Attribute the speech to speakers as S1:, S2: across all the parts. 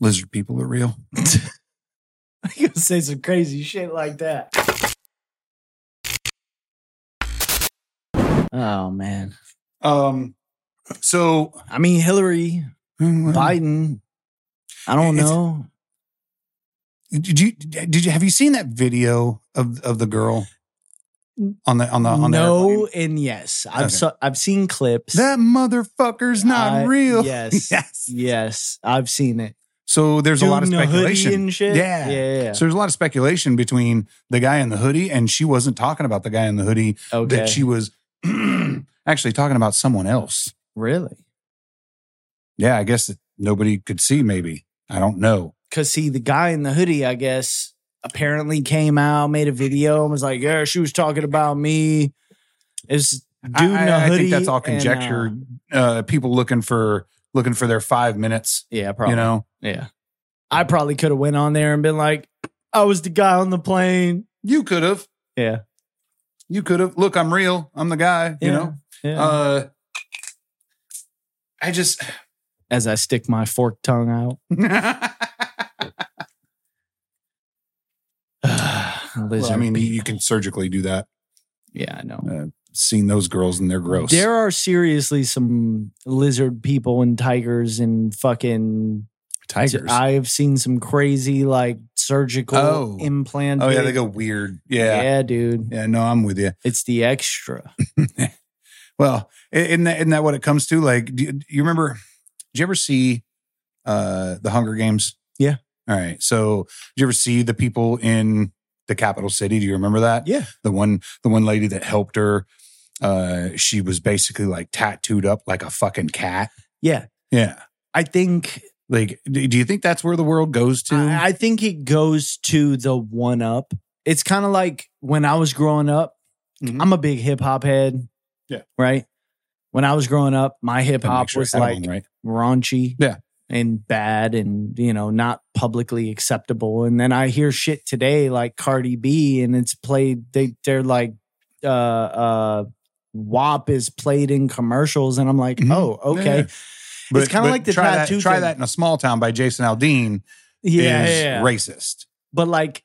S1: lizard people are real.
S2: I'm gonna say some crazy shit like that. Oh man.
S1: Um, so
S2: I mean Hillary, Biden. I don't
S1: It's-
S2: know.
S1: did you did you have you seen that video of of the girl on the on the on the
S2: no
S1: airplane?
S2: and yes. I've
S1: Okay.
S2: so, I've seen clips.
S1: That motherfucker's not
S2: I-
S1: real.
S2: Yes.
S1: Yes.
S2: Yes. I've seen it.
S1: So there's a lot of
S2: Doing the hoodie
S1: speculation.
S2: and shit.
S1: Yeah.
S2: Yeah. yeah.
S1: So there's a lot of speculation between the guy in the hoodie, and she wasn't talking about the guy in the hoodie.
S2: okay.
S1: That she was actually talking about someone else.
S2: really?
S1: Yeah, I guess that nobody could see. Maybe I don't know.
S2: Cause see, the guy in the hoodie, I guess, apparently came out, made a video, and was like, "Yeah, she was talking about me." Is dude
S1: I-
S2: in a
S1: I, I
S2: hoodie?
S1: think that's all
S2: and, uh,
S1: conjecture. uh, people looking for looking for their five minutes.
S2: yeah, probably.
S1: You know.
S2: Yeah, I probably could have went on there and been like, "I was the guy on the plane."
S1: You could have.
S2: Yeah.
S1: You could have. Look, I'm real. I'm the guy. You
S2: Yeah,
S1: know.
S2: yeah.
S1: Uh, I just.
S2: As I stick my forked tongue out, lizard.
S1: Well, I mean, you,
S2: people.
S1: you can surgically do that.
S2: yeah, I know.
S1: Seeing those girls and they're gross.
S2: There are seriously some lizard people and tigers and fucking
S1: Tigers.
S2: I've seen some crazy like surgical
S1: Oh.
S2: implant.
S1: oh yeah, they go weird. Yeah. yeah.
S2: dude.
S1: no, I'm with you.
S2: It's the extra.
S1: Well, i- isn't that, isn't that what it comes to? Like, do you, do you remember? Did you ever see uh the Hunger Games?
S2: Yeah.
S1: All right. So, did you ever see the people in the capital city? Do you remember that?
S2: Yeah.
S1: The one, the one lady that helped her. Uh, she was basically like tattooed up like a fucking cat.
S2: Yeah.
S1: Yeah.
S2: I think
S1: Like, d- do you think that's where the world goes to?
S2: I, I think it goes to the one up. It's kind of like when I was growing up,
S1: Mhm.
S2: I'm a big hip hop head.
S1: Yeah.
S2: Right. When I was growing up, my hip
S1: Gotta make
S2: hop
S1: sure I
S2: was
S1: had
S2: like
S1: one right.
S2: raunchy
S1: Yeah.
S2: and bad and you know not publicly acceptable and then i hear shit today like cardi b and it's played they they're like uh uh WAP is played in commercials, and I'm like,
S1: Mhm.
S2: oh, okay,
S1: Yeah. But-
S2: kinda
S1: but
S2: like the
S1: try that-
S2: tattoo
S1: try
S2: thing.
S1: that in a small town by Jason Aldean
S2: yeah,
S1: is
S2: yeah, yeah.
S1: racist.
S2: But like,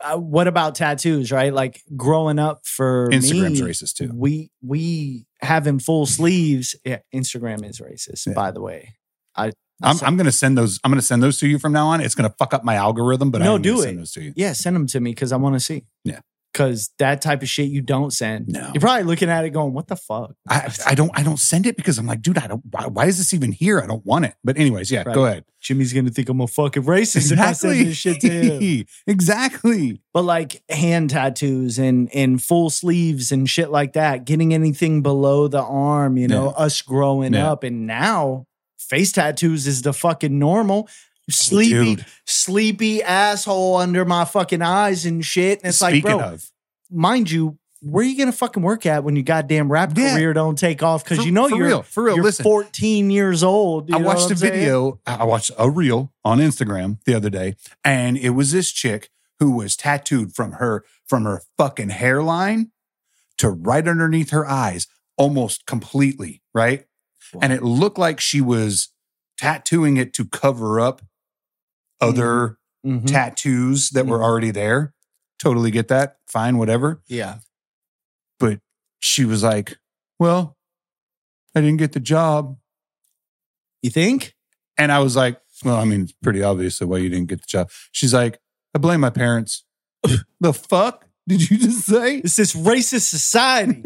S2: uh, what about tattoos? Right, like growing up for
S1: Instagram's
S2: me,
S1: racist too.
S2: We we having full sleeves. Yeah, Instagram is racist,
S1: Yeah.
S2: by the way.
S1: I'm,
S2: So-
S1: I'm gonna send those. I'm gonna send those to you from now on. It's gonna fuck up my algorithm, but
S2: No,
S1: I'm gonna
S2: do
S1: send
S2: it.
S1: those to you.
S2: Yeah, send them to me because I want to see.
S1: Yeah.
S2: Because that type of shit you don't send.
S1: No,
S2: You're probably looking at it going, what the fuck?
S1: I, I don't. I don't send it because I'm like, dude, I don't. Why, why is this even here? I don't want it. But anyways, yeah,
S2: Right.
S1: go ahead.
S2: Jimmy's going to think I'm a fucking racist if I send this shit to him.
S1: exactly.
S2: but like hand tattoos and, and full sleeves and shit like that, getting anything below the arm, you know, us growing
S1: Yeah.
S2: up. And now face tattoos is the fucking normal. Sleepy,
S1: Dude,
S2: sleepy asshole under my fucking eyes and shit. And it's like,
S1: speaking
S2: bro,
S1: of,
S2: mind you, where are you gonna fucking work at when your goddamn rap
S1: Yeah.
S2: career don't take off? Because
S1: for-
S2: you know
S1: for
S2: you're
S1: real, for real.
S2: you're
S1: Listen,
S2: 14 years old. you
S1: I
S2: know
S1: watched
S2: what
S1: a
S2: I'm saying?
S1: video. I watched a reel on Instagram the other day, and it was this chick who was tattooed from her from her fucking hairline to right underneath her eyes, almost completely. Right, and it looked like she was tattooing it to cover up other
S2: Mhm.
S1: tattoos that were
S2: Mhm.
S1: already there. Totally get that. Fine, whatever.
S2: yeah,
S1: But she was like, "Well, I didn't get the job."
S2: you think?
S1: And I was like, well, I mean, it's pretty obvious the way you didn't get the job. She's like, I blame my parents. the fuck did you just say?
S2: It's this racist society.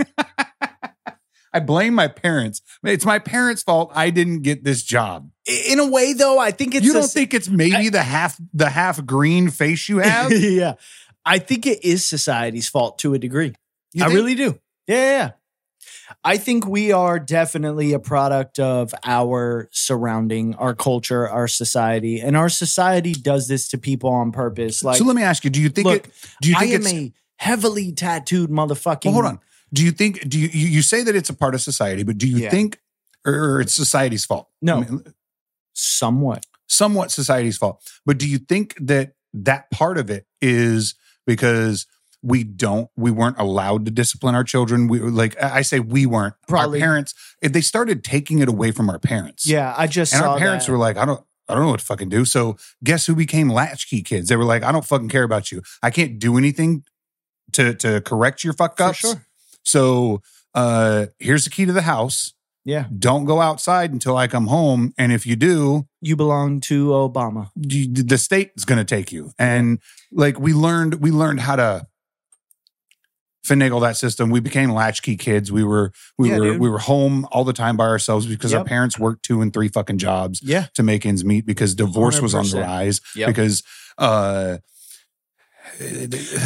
S1: I blame my parents. It's my parents' fault I didn't get this job.
S2: I- In a way, though, I think it's
S1: you
S2: a-
S1: don't think it's maybe the half the half green face you have? You
S2: yeah, I think it is society's fault to a degree. I
S1: think-
S2: really do. Yeah, yeah, yeah. I think we are definitely a product of our surrounding, our culture, our society, and our society does this to people on purpose. Like,
S1: So let me ask you, do you think
S2: look,
S1: it do you
S2: I
S1: think
S2: am
S1: it's
S2: a heavily tattooed motherfucking.
S1: well, hold on. Do you think do you, you you say that it's a part of society, but do you
S2: Yeah.
S1: think or, or it's society's fault?
S2: No.
S1: I mean,
S2: Somewhat.
S1: somewhat society's fault. But do you think that that part of it is because we don't, we weren't allowed to discipline our children? We like, I I say we weren't.
S2: Probably.
S1: Our parents, if they started taking it away from our parents.
S2: Yeah, I just
S1: And
S2: saw
S1: our parents
S2: that.
S1: were like, I don't, I don't know what to fucking do. So guess who became latchkey kids? They were like, I don't fucking care about you. I can't do anything to to correct your fuck
S2: For
S1: ups.
S2: sure.
S1: So uh here's the key to the house.
S2: Yeah.
S1: Don't go outside until I come home. And if you do,
S2: You belong to Obama.
S1: you, the state is going to take you. And like we learned, we learned how to finagle that system. We became latchkey kids. We were we
S2: Yeah,
S1: were
S2: dude.
S1: we were home all the time by ourselves because our
S2: Yep.
S1: parents worked two and three fucking jobs
S2: Yeah.
S1: to make ends meet because divorce was on the
S2: 100%.
S1: rise
S2: Yep.
S1: because uh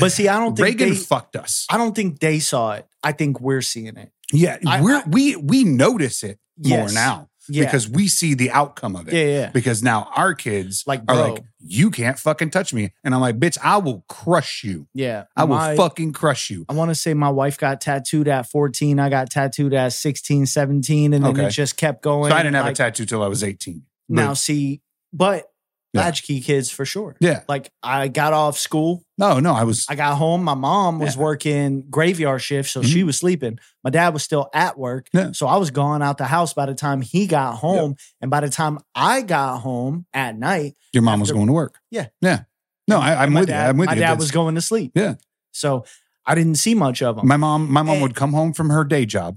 S2: But see, I don't think
S1: Reagan
S2: they,
S1: fucked us.
S2: I don't think they saw it. I think we're seeing it.
S1: Yeah,
S2: I-
S1: we're, we we notice it
S2: Yes.
S1: more now
S2: Yeah.
S1: because we see the outcome of it.
S2: yeah, yeah.
S1: Because now our kids
S2: Like,
S1: are
S2: bro.
S1: like, you can't fucking touch me, and I'm like, bitch, I will crush you.
S2: yeah.
S1: I will
S2: My-
S1: fucking crush you.
S2: I want to say my wife got tattooed at 14. I got tattooed at 16, 17, and then
S1: Okay.
S2: it just kept going.
S1: So I didn't have
S2: Like,
S1: a tattoo till I was 18.
S2: Now, see, but
S1: Yeah.
S2: latchkey kids for sure.
S1: Yeah.
S2: Like I got off school,
S1: No, no, I was.
S2: I got home. My mom was
S1: Yeah. Mm-hmm.
S2: working graveyard shift, so she was sleeping. My dad was still at work,
S1: Yeah.
S2: so I was gone out the house by the time he got home, and by the time I got home at night,
S1: your mom was
S2: after-
S1: going to work.
S2: Yeah.
S1: yeah. No, I, I'm
S2: my
S1: with
S2: dad,
S1: you. I'm with
S2: my
S1: you.
S2: dad
S1: That's-
S2: was going to sleep.
S1: Yeah.
S2: so I didn't see much of him.
S1: my mom. My mom
S2: And-
S1: would come home from her day job,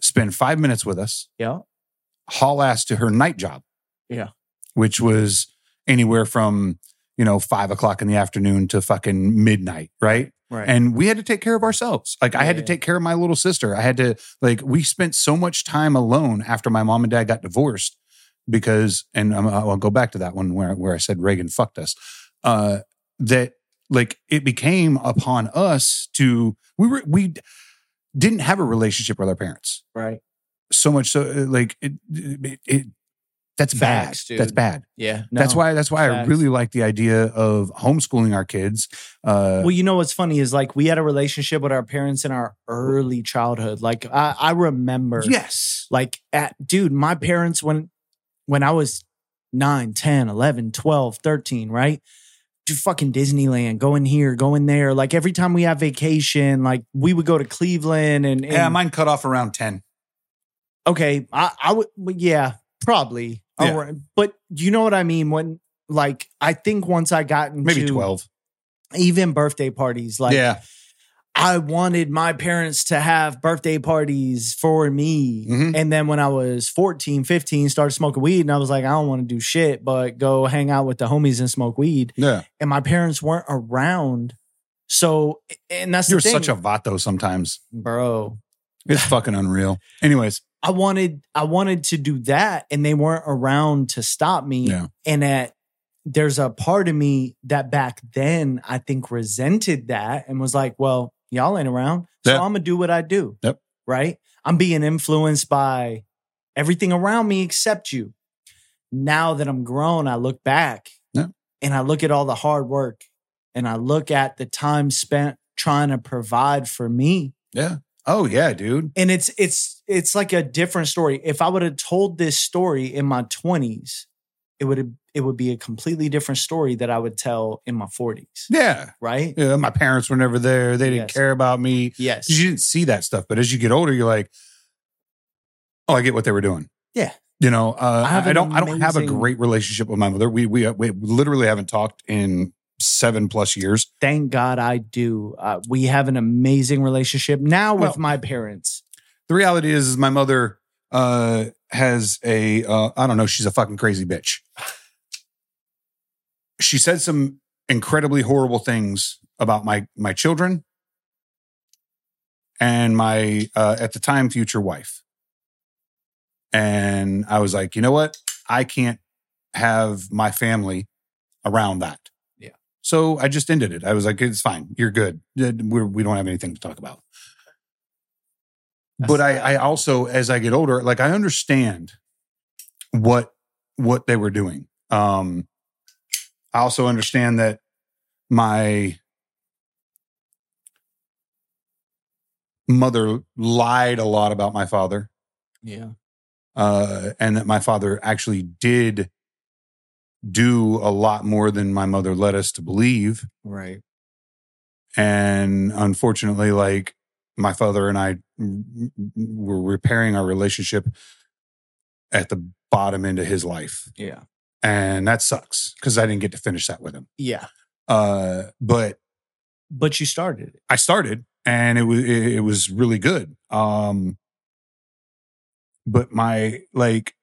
S1: spend five minutes with us,
S2: yeah,
S1: haul ass to her night job.
S2: Yeah.
S1: Which was anywhere from, you know, five o'clock in the afternoon to fucking midnight, right?
S2: right.
S1: And we had to take care of ourselves. Like I had to
S2: Yeah.
S1: take care of my little sister. I had to like we spent so much time alone after my mom and dad got divorced because and I'm, I'll go back to that one where where I said Reagan fucked us. Uh, that like it became upon us to we were we didn't have a relationship with our parents
S2: right.
S1: so much so uh, like it, it, it that's
S2: Facts,
S1: bad.
S2: dude.
S1: That's bad.
S2: Yeah.
S1: That's
S2: no.
S1: why. That's why I
S2: Facts.
S1: really like the idea of homeschooling our kids. Uh,
S2: Well, you know what's funny is like we had a relationship with our parents in our early childhood. Like I, I remember,
S1: yes.
S2: like at dude, my parents when when I was 9, 10, 11, 12, 13, right? Do fucking Disneyland, going here, going there. Like every time we have vacation, like we would go to Cleveland and, and
S1: Yeah, mine cut off around ten.
S2: okay, I, I would, well, yeah, probably.
S1: Yeah.
S2: Alright. But you know what I mean? When like I think once I got into
S1: maybe 12
S2: even birthday parties, like
S1: yeah
S2: I wanted my parents to have birthday parties for me.
S1: Mhm.
S2: And then when I was 14, 15, started smoking weed and I was like, I don't want to do shit, but go hang out with the homies and smoke weed.
S1: yeah
S2: And my parents weren't around. So, and that's
S1: you're
S2: the thing,
S1: such a vato sometimes
S2: bro.
S1: it's fucking unreal anyways
S2: I wanted, I wanted to do that and they weren't around to stop me.
S1: Yeah.
S2: And at, there's a part of me that back then I think resented that and was like, well, y'all ain't around. So
S1: Yeah.
S2: I'm going to do what I do.
S1: Yep.
S2: Right. I'm being influenced by everything around me except you. Now that I'm grown, I look back
S1: Yeah.
S2: and I look at all the hard work and I look at the time spent trying to provide for me
S1: oh yeah dude
S2: and it's it's it's like a different story if i would have told this story in my 20s it would have it would be a completely different story that i would tell in my 40s
S1: yeah
S2: right
S1: yeah my parents were never there they didn't
S2: Yes.
S1: care about me
S2: yes
S1: 'Cause you didn't see that stuff but as you get older you're like oh i get what they were doing
S2: Yeah.
S1: you know uh,
S2: I have
S1: I,
S2: an
S1: don't i don't have a
S2: amazing-
S1: great relationship with my mother we we, we literally haven't talked in seven plus years
S2: thank god i do uh, we have an amazing relationship now with
S1: Well-
S2: my parents
S1: the reality is, is my mother uh has a uh i don't know she's a fucking crazy bitch she said some incredibly horrible things about my my children and my uh at the time future wife and i was like you know what i can't have my family around that
S2: Yeah.
S1: so i just ended it i was like it's fine you're good We're, we don't have anything to talk about but I, I also as i get older like i understand what what they were doing um i also understand that my mother lied a lot about my father
S2: yeah
S1: uh and that my father actually did do a lot more than my mother led us to believe
S2: right
S1: and unfortunately like my father and i mm, were repairing our relationship at the bottom end of his life
S2: yeah
S1: and that sucks because I didn't get to finish that with him.
S2: Yeah.
S1: Uh, but
S2: But you started it.
S1: I started, and it was it, it was really good. Um, but my like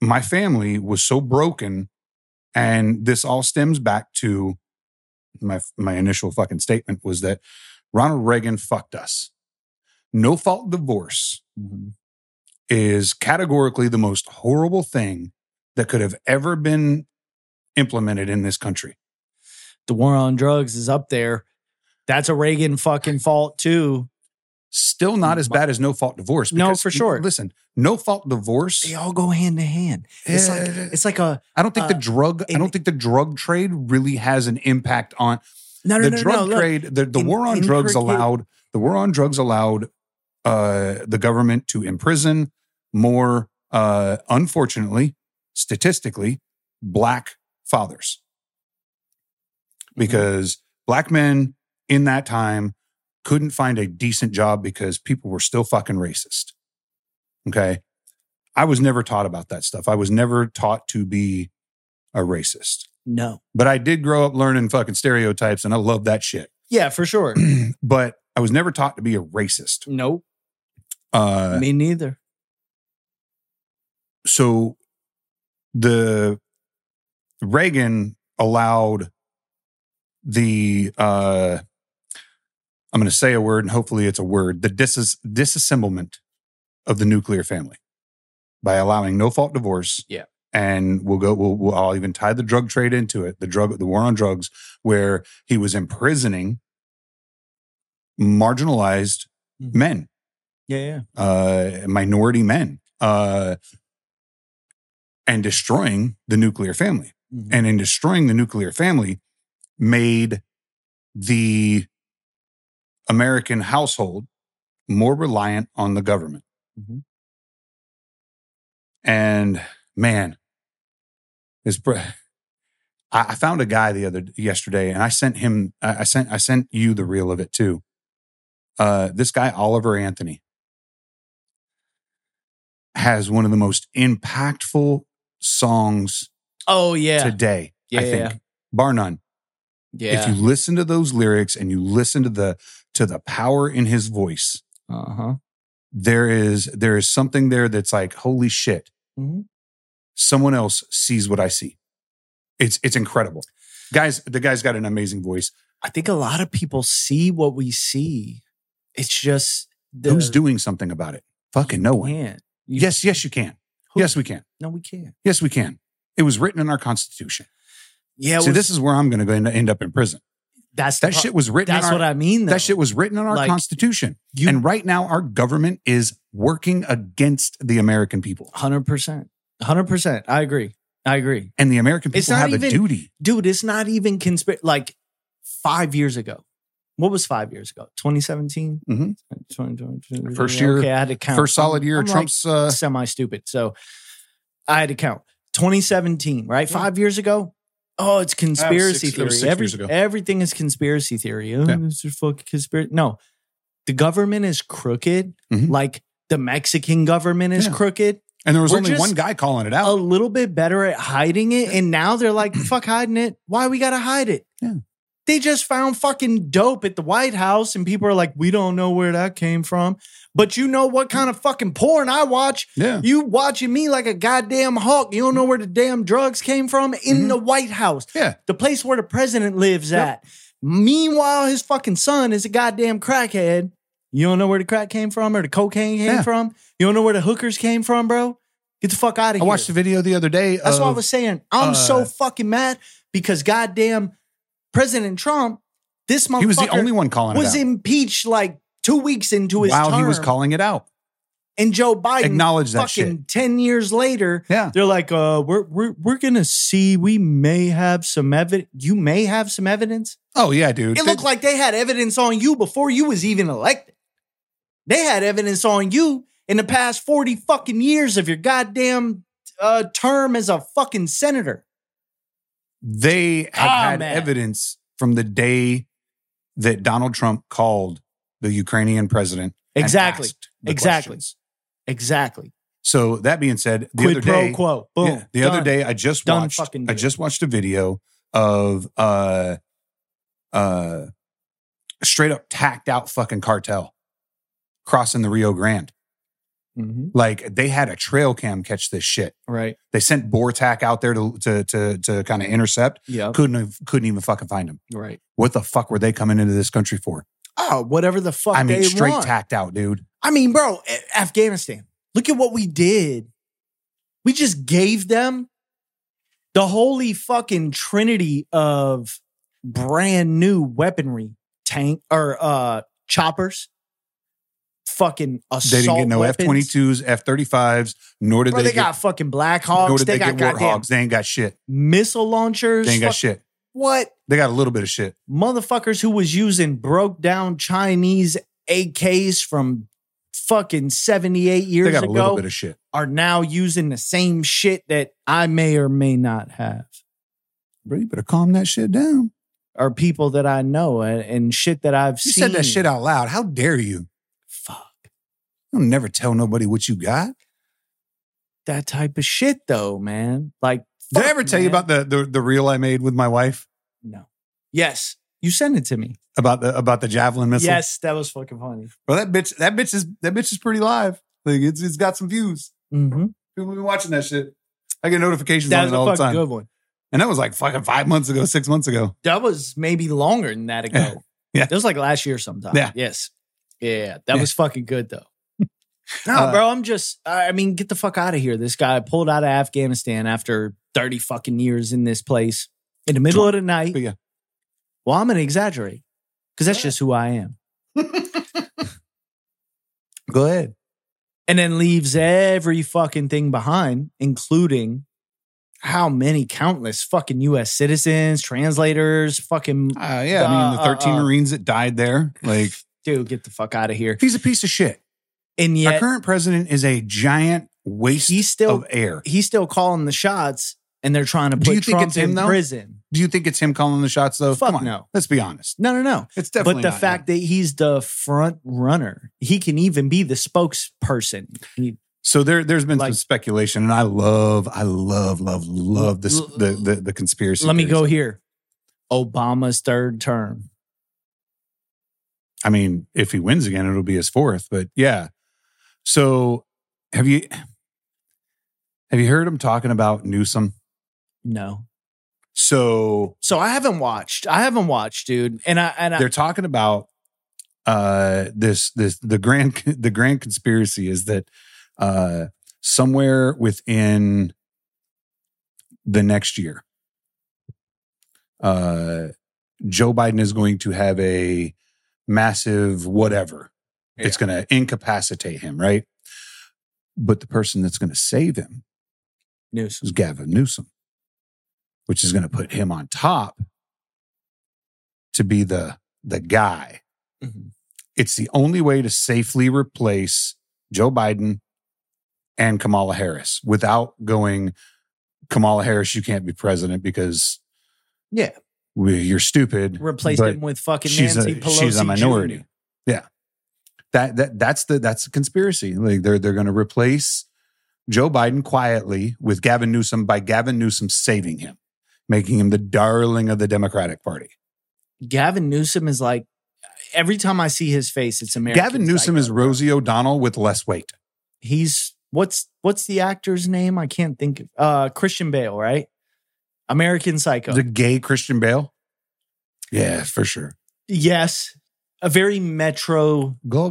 S1: my family was so broken, and this all stems back to my my initial fucking statement was that Ronald Reagan fucked us. No fault divorce
S2: Mm-hmm.
S1: is categorically the most horrible thing that could have ever been implemented in this country.
S2: The war on drugs is up there. That's a Reagan fucking fault too.
S1: Still not as bad as no fault divorce.
S2: No, for sure.
S1: Listen, no fault divorce.
S2: They all go hand to hand. It's like
S1: eh,
S2: it's like a
S1: I don't think the
S2: uh,
S1: drug. I
S2: in-
S1: don't think the drug trade really has an impact on
S2: no no
S1: the
S2: no no.
S1: drug
S2: look.
S1: trade. The, the
S2: in-
S1: war on
S2: in
S1: drugs
S2: curricu-
S1: allowed the war on drugs allowed uh, the government to imprison more. Uh, unfortunately, statistically, black fathers
S2: Mm-hmm.
S1: because black men in that time couldn't find a decent job because people were still fucking racist. Okay. I was never taught about that stuff. I was never taught to be a racist,
S2: no.
S1: but I did grow up learning fucking stereotypes and I love that shit.
S2: Yeah, for sure.
S1: but I was never taught to be a racist.
S2: nope.
S1: Uh,
S2: Me neither.
S1: so the Reagan allowed the uh I'm going to say a word and hopefully it's a word the dis- disassemblement of the nuclear family by allowing no fault divorce
S2: Yeah.
S1: and we'll go we'll, we'll I'll even tie the drug trade into it the drug the war on drugs where he was imprisoning marginalized
S2: Mhm.
S1: men
S2: Yeah, yeah.
S1: uh, minority men uh, and destroying the nuclear family.
S2: Mhm.
S1: And in destroying the nuclear family, made the American household more reliant on the government.
S2: Mhm.
S1: And man, it's. Pr- I I found a guy the other yesterday, and I sent him. I I sent. I sent you the reel of it too. Uh, this guy Oliver Anthony has one of the most impactful songs
S2: Oh yeah.
S1: today.
S2: Yeah,
S1: I
S2: yeah,
S1: think, bar none.
S2: yeah.
S1: If you listen to those lyrics and you listen to the to the power in his voice,
S2: uh-huh.
S1: there is there is something there that's like, holy shit,
S2: Mhm.
S1: someone else sees what I see. It's it's incredible. Guys, the guy's got an amazing voice.
S2: I think a lot of people see what we see. It's just the,
S1: Who's doing something about it? Fucking no one.
S2: can't. You-
S1: Yes, yes, you can.
S2: who-
S1: Yes, we can.
S2: No, we can't.
S1: Yes, we can. It was written in our constitution.
S2: Yeah,
S1: See, this is where I'm going to go end- end up in prison.
S2: that's the
S1: That
S2: pro-
S1: shit was written. in our-
S2: That's what I mean. Though.
S1: That shit was written on our
S2: Like,
S1: constitution.
S2: you
S1: and right now, our government is working against the American people.
S2: hundred percent, hundred percent. I agree. I agree,
S1: And the American
S2: It's
S1: people
S2: not
S1: have a
S2: even-
S1: duty.
S2: dude. It's not even conspiracy. Like five years ago, what was five years ago? 2017?
S1: Mhm.
S2: 2020,
S1: First year-
S2: Okay, I had to count.
S1: First solid year,
S2: I'm like,
S1: Trump's. uh,
S2: semi stupid. So I had to count 2017, right?
S1: Yeah.
S2: Five years ago. Oh, it's conspiracy
S1: six- that
S2: theory.
S1: was six
S2: Every-
S1: years ago.
S2: Everything is conspiracy theory. Oh,
S1: Yeah.
S2: it's a fucking conspiracy. No, the government is crooked.
S1: Mhm.
S2: Like the Mexican government is
S1: Yeah.
S2: crooked.
S1: and there was
S2: we're
S1: only
S2: just-
S1: one guy calling it
S2: A
S1: out.
S2: little bit better at hiding it. And now they're like, fuck hiding it. Why we got to hide it?
S1: Yeah.
S2: They just found fucking dope at the White House, and people are like, we don't know where that came from. But you know what kind of fucking porn I watch?
S1: yeah.
S2: You watching me like a goddamn hawk. You don't know where the damn drugs came from in
S1: Mhm.
S2: the White House.
S1: Yeah.
S2: The place where the president lives
S1: Yep.
S2: at. Meanwhile, his fucking son is a goddamn crackhead. You don't know where the crack came from or the cocaine came
S1: Yeah.
S2: from. You don't know where the hookers came from, bro. Get the fuck out of
S1: I
S2: here.
S1: watched a video the other day.
S2: That's
S1: of,
S2: what I was saying. I'm so
S1: uh,
S2: fucking mad because goddamn President Trump, this motherfucker
S1: He was the only one calling
S2: was
S1: it out.
S2: impeached like two weeks into his
S1: While
S2: term.
S1: he was calling it out.
S2: and Joe Biden
S1: Acknowledge that shit.
S2: fucking 10 years later
S1: Yeah.
S2: they're like uh we're we're we're gonna see we may have some evidence you may have some evidence
S1: Oh, yeah, dude.
S2: it looked like they had evidence on you before you was even elected they had evidence on you in the past 40 fucking years of your goddamn uh term as a fucking senator
S1: they have
S2: Ah,
S1: had
S2: man.
S1: evidence from the day that Donald Trump called the Ukrainian president. and
S2: exactly
S1: asked the
S2: Exactly.
S1: questions.
S2: exactly
S1: So that being said, the
S2: Quid
S1: other
S2: pro
S1: day,
S2: quo. Boom.
S1: yeah, the other
S2: Done.
S1: day I just
S2: Done
S1: watched
S2: fucking
S1: I
S2: deal.
S1: just watched a video of uh uh straight up tacked out fucking cartel crossing the Rio Grande.
S2: Mhm.
S1: Like they had a trail cam catch this shit.
S2: Right.
S1: They sent BoRTAC out there to to to, to kind of intercept.
S2: Yeah.
S1: Couldn't have, couldn't even fucking find them.
S2: Right.
S1: What the fuck were they coming into this country for?
S2: Oh, whatever the fuck
S1: I mean,
S2: they
S1: straight
S2: want.
S1: tacked out, dude.
S2: I mean, bro, A- Afghanistan. Look at what we did. We just gave them the holy fucking trinity of brand new weaponry, tank or uh choppers, fucking assault.
S1: They didn't get no F
S2: weapons.
S1: twenty twos, F thirty fives, nor did
S2: Bro,
S1: they,
S2: they,
S1: get,
S2: got fucking Black
S1: nor
S2: Hawks.
S1: did
S2: They,
S1: they,
S2: got
S1: get
S2: goddamn
S1: warthogs. They ain't got shit.
S2: missile launchers.
S1: They ain't got
S2: Fuck-
S1: shit.
S2: What
S1: They got a little bit of shit.
S2: motherfuckers who was using broke down Chinese AKs from fucking 78 years
S1: They got a
S2: ago?
S1: little bit of shit.
S2: are now using the same shit that I may or may not have,
S1: bro, you better calm that shit down.
S2: or people that I know and, and shit that I've
S1: You
S2: seen.
S1: said that shit out loud. How dare you?
S2: Fuck
S1: You'll never tell nobody what you got.
S2: that type of shit, though, man. Like,
S1: Did I
S2: fuck,
S1: ever tell you
S2: man.
S1: about the, the the reel I made with my wife
S2: No. Yes, you sent it to me.
S1: about the about the javelin missile?
S2: Yes, that was fucking funny.
S1: Well, that bitch that bitch is that bitch is pretty live. Like it's it's got some views.
S2: Mm-hmm.
S1: People have been watching that shit. I get notifications
S2: That
S1: on
S2: was
S1: it
S2: a
S1: all the
S2: fucking
S1: time.
S2: good one.
S1: And that was like fucking five months ago, six months ago.
S2: That was maybe longer than that ago.
S1: Yeah. Yeah.
S2: that was like last year sometime.
S1: Yeah.
S2: yes, yeah, that
S1: Yeah.
S2: was fucking good though. No,
S1: Uh,
S2: bro, I'm just. I I mean, get the fuck out of here. This guy pulled out of Afghanistan after 30 fucking years in this place in the middle of the night.
S1: But yeah.
S2: Well, I'm gonna exaggerate because that's
S1: Yeah.
S2: just who I am.
S1: Go ahead.
S2: And then leaves every fucking thing behind, including how many countless fucking U.S. citizens, translators, fucking
S1: Uh, yeah, I mean the
S2: Uh, uh,
S1: thirteen
S2: uh.
S1: Marines that died there. Like
S2: dude, get the fuck out of here.
S1: he's a piece of shit.
S2: And
S1: Our
S2: yet
S1: current Oh, president is a giant waste
S2: he's still
S1: of air.
S2: he's still calling the shots, and they're trying to
S1: Do you
S2: put
S1: think
S2: Trump
S1: it's him,
S2: in
S1: though?
S2: prison.
S1: Do you think it's him calling the shots though?
S2: Fuck
S1: Come on,
S2: no.
S1: Let's be honest.
S2: No, no, no.
S1: It's definitely.
S2: but the
S1: not
S2: fact
S1: him.
S2: that he's the front runner, he can even be the spokesperson. He-
S1: so there, there's been some
S2: like-
S1: speculation, and I love, I love, love, love this
S2: L-
S1: the the, the conspiracy.
S2: let me
S1: theories.
S2: go here. Obama's third term.
S1: I mean, if he wins again, it'll be his fourth. But yeah. So have you have you heard him talking about Newsom?
S2: No.
S1: So
S2: So I haven't watched. I haven't watched, dude. And I and I,
S1: they're talking about uh this this the grand the grand conspiracy is that uh somewhere within the next year uh Joe Biden is going to have a massive whatever it's going to incapacitate him right but the person that's going to save him
S2: news.
S1: is Gavin Newsom which is going to put him on top to be the the guy
S2: Mhm.
S1: it's the only way to safely replace Joe Biden and Kamala Harris without going, Kamala Harris, you can't be president because
S2: Yeah.
S1: we, you're stupid.
S2: Replaced
S1: But
S2: him with fucking
S1: she's a-
S2: Nancy Pelosi.
S1: she's a minority.
S2: Jr..
S1: That that that's the that's the conspiracy. Like they're they're going to replace Joe Biden quietly with Gavin Newsom by Gavin Newsom saving him, making him the darling of the Democratic Party.
S2: Gavin Newsom is like every time I see his face, it's American.
S1: Gavin Newsom
S2: Psycho,
S1: is
S2: bro.
S1: Rosie O'Donnell with less weight.
S2: he's what's what's the actor's name? I can't think of uh Christian Bale, right? American Psycho.
S1: The gay Christian Bale. Yeah, for sure.
S2: yes. A very metro
S1: Go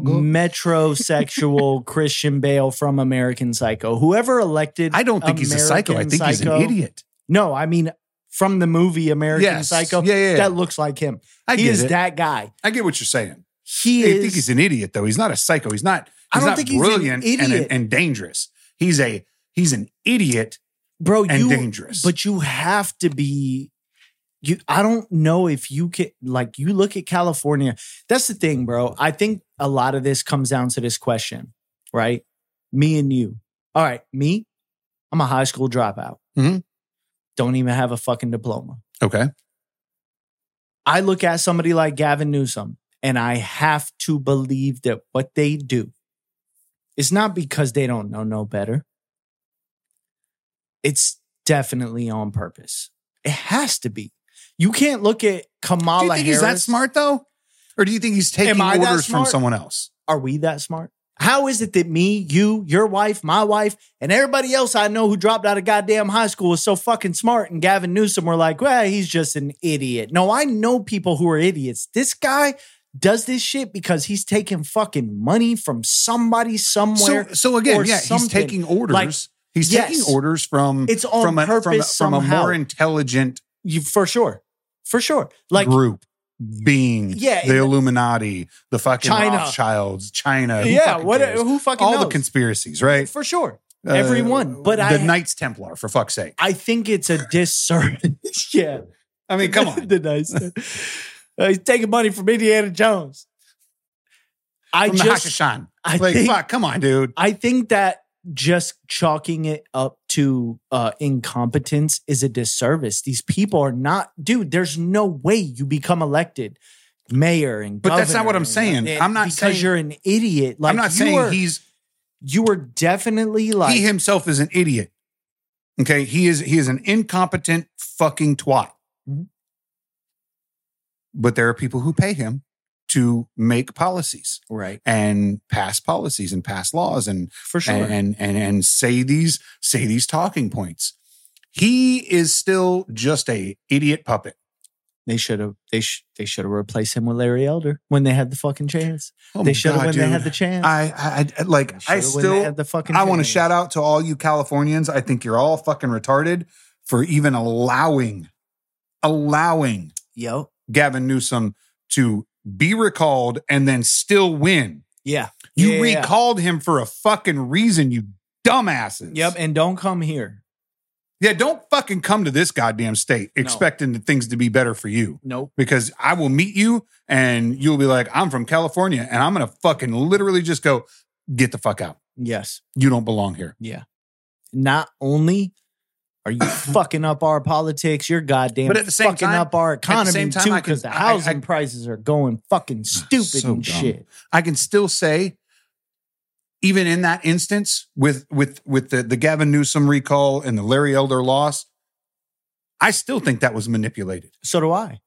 S2: metrosexual Christian Bale from American Psycho. Whoever elected
S1: I don't think he's a psycho. I
S2: American
S1: think he's an
S2: Psycho.
S1: idiot.
S2: No, I mean from the movie American
S1: Yes.
S2: Psycho.
S1: Yeah, yeah, yeah.
S2: That looks like him.
S1: I
S2: he
S1: get
S2: is
S1: it.
S2: that guy.
S1: I get what you're saying.
S2: He
S1: I
S2: is
S1: think he's an idiot though. He's not a psycho. He's not.
S2: I
S1: He's
S2: don't
S1: not
S2: think he's an
S1: brilliant and-
S2: idiot.
S1: And, dangerous. He's a he's an idiot
S2: bro,
S1: and
S2: you
S1: dangerous.
S2: But you have to be you I don't know if you can like you look at California. That's the thing, bro. I think a lot of this comes down to this question, right? Me and you. All right, me, I'm a high school dropout.
S1: Mhm.
S2: Don't even have a fucking diploma.
S1: okay,
S2: I look at somebody like Gavin Newsom and I have to believe that what they do It's not because they don't know no better. It's definitely on purpose. It has to be. You can't look at Kamala
S1: Do you think he's
S2: Harris.
S1: that smart though, or do you think he's taking
S2: Am I that
S1: orders from
S2: smart?
S1: someone else?
S2: Are we that smart? How is it that me, you, your wife, my wife, and everybody else I know who dropped out of goddamn high school is so fucking smart and Gavin Newsom were like, well, he's just an idiot. No, I know people who are idiots. This guy does this shit because he's taking fucking money from somebody
S1: So,
S2: somewhere.
S1: so again,
S2: or
S1: yeah, he's
S2: something.
S1: taking orders.
S2: Like,
S1: he's
S2: yes.
S1: taking orders from
S2: it's on
S1: from a,
S2: purpose
S1: from, a, from a
S2: somehow.
S1: more intelligent
S2: you, for sure. For sure. Like
S1: group being
S2: Yeah,
S1: the
S2: and-
S1: Illuminati, the fucking
S2: China.
S1: Rothschilds, China. who
S2: yeah,
S1: fucking
S2: what
S1: cares?
S2: who fucking
S1: all the
S2: knows?
S1: conspiracies, right?
S2: for sure.
S1: Uh,
S2: Everyone, but
S1: the
S2: I-
S1: Knights Templar, for fuck's sake.
S2: I think it's a disservice. yeah.
S1: I mean, come on.
S2: the nice. Uh, he's taking money from Indiana Jones. I
S1: From the
S2: just,
S1: Hakashan.
S2: I
S1: Like,
S2: think,
S1: fuck, come on, dude.
S2: I think that just chalking it up to uh, incompetence is a disservice. These people are not, dude. There's no way you become elected mayor and.
S1: But that's not
S2: governor
S1: what I'm
S2: and-
S1: saying.
S2: and
S1: I'm not
S2: because
S1: saying-
S2: you're an idiot. Like
S1: I'm not
S2: you
S1: saying
S2: are,
S1: he's
S2: You were definitely like
S1: he himself is an idiot. Okay, he is he is an incompetent fucking twat.
S2: Mhm.
S1: But there are people who pay him to make policies
S2: right
S1: and pass policies and pass laws and
S2: for sure.
S1: and, and and and say these say these talking points. He is still just a idiot puppet.
S2: they should have. They sh- they should have replaced him with Larry Elder when they had the fucking chance.
S1: Oh
S2: they
S1: my
S2: should have
S1: God,
S2: when they
S1: dude.
S2: had the chance.
S1: I, I, I like
S2: They
S1: I
S2: should've when they
S1: still
S2: had the fucking
S1: I want to
S2: chance.
S1: shout out to all you Californians. I think you're all fucking retarded for even allowing allowing
S2: Yo.
S1: Gavin Newsom to be recalled and then still win.
S2: Yeah.
S1: You
S2: Yeah, yeah, yeah.
S1: recalled him for a fucking reason, you dumbasses.
S2: Yep. And don't come here.
S1: Yeah, don't fucking come to this goddamn state
S2: No.
S1: expecting the things to be better for you.
S2: Nope.
S1: Because I will meet you and you'll be like, I'm from California, and I'm gonna fucking literally just go, get the fuck out.
S2: Yes.
S1: You don't belong here.
S2: Yeah. Not only are you fucking up our politics, you're goddamn
S1: But at the same
S2: fucking
S1: time-
S2: up our economy
S1: same time,
S2: too,
S1: I can-
S2: because the
S1: I- I-
S2: housing prices are going fucking stupid
S1: So
S2: and
S1: dumb.
S2: shit.
S1: I can still say, even in that instance, with with with the, the Gavin Newsom recall and the Larry Elder loss, I still think that was manipulated.
S2: So do I.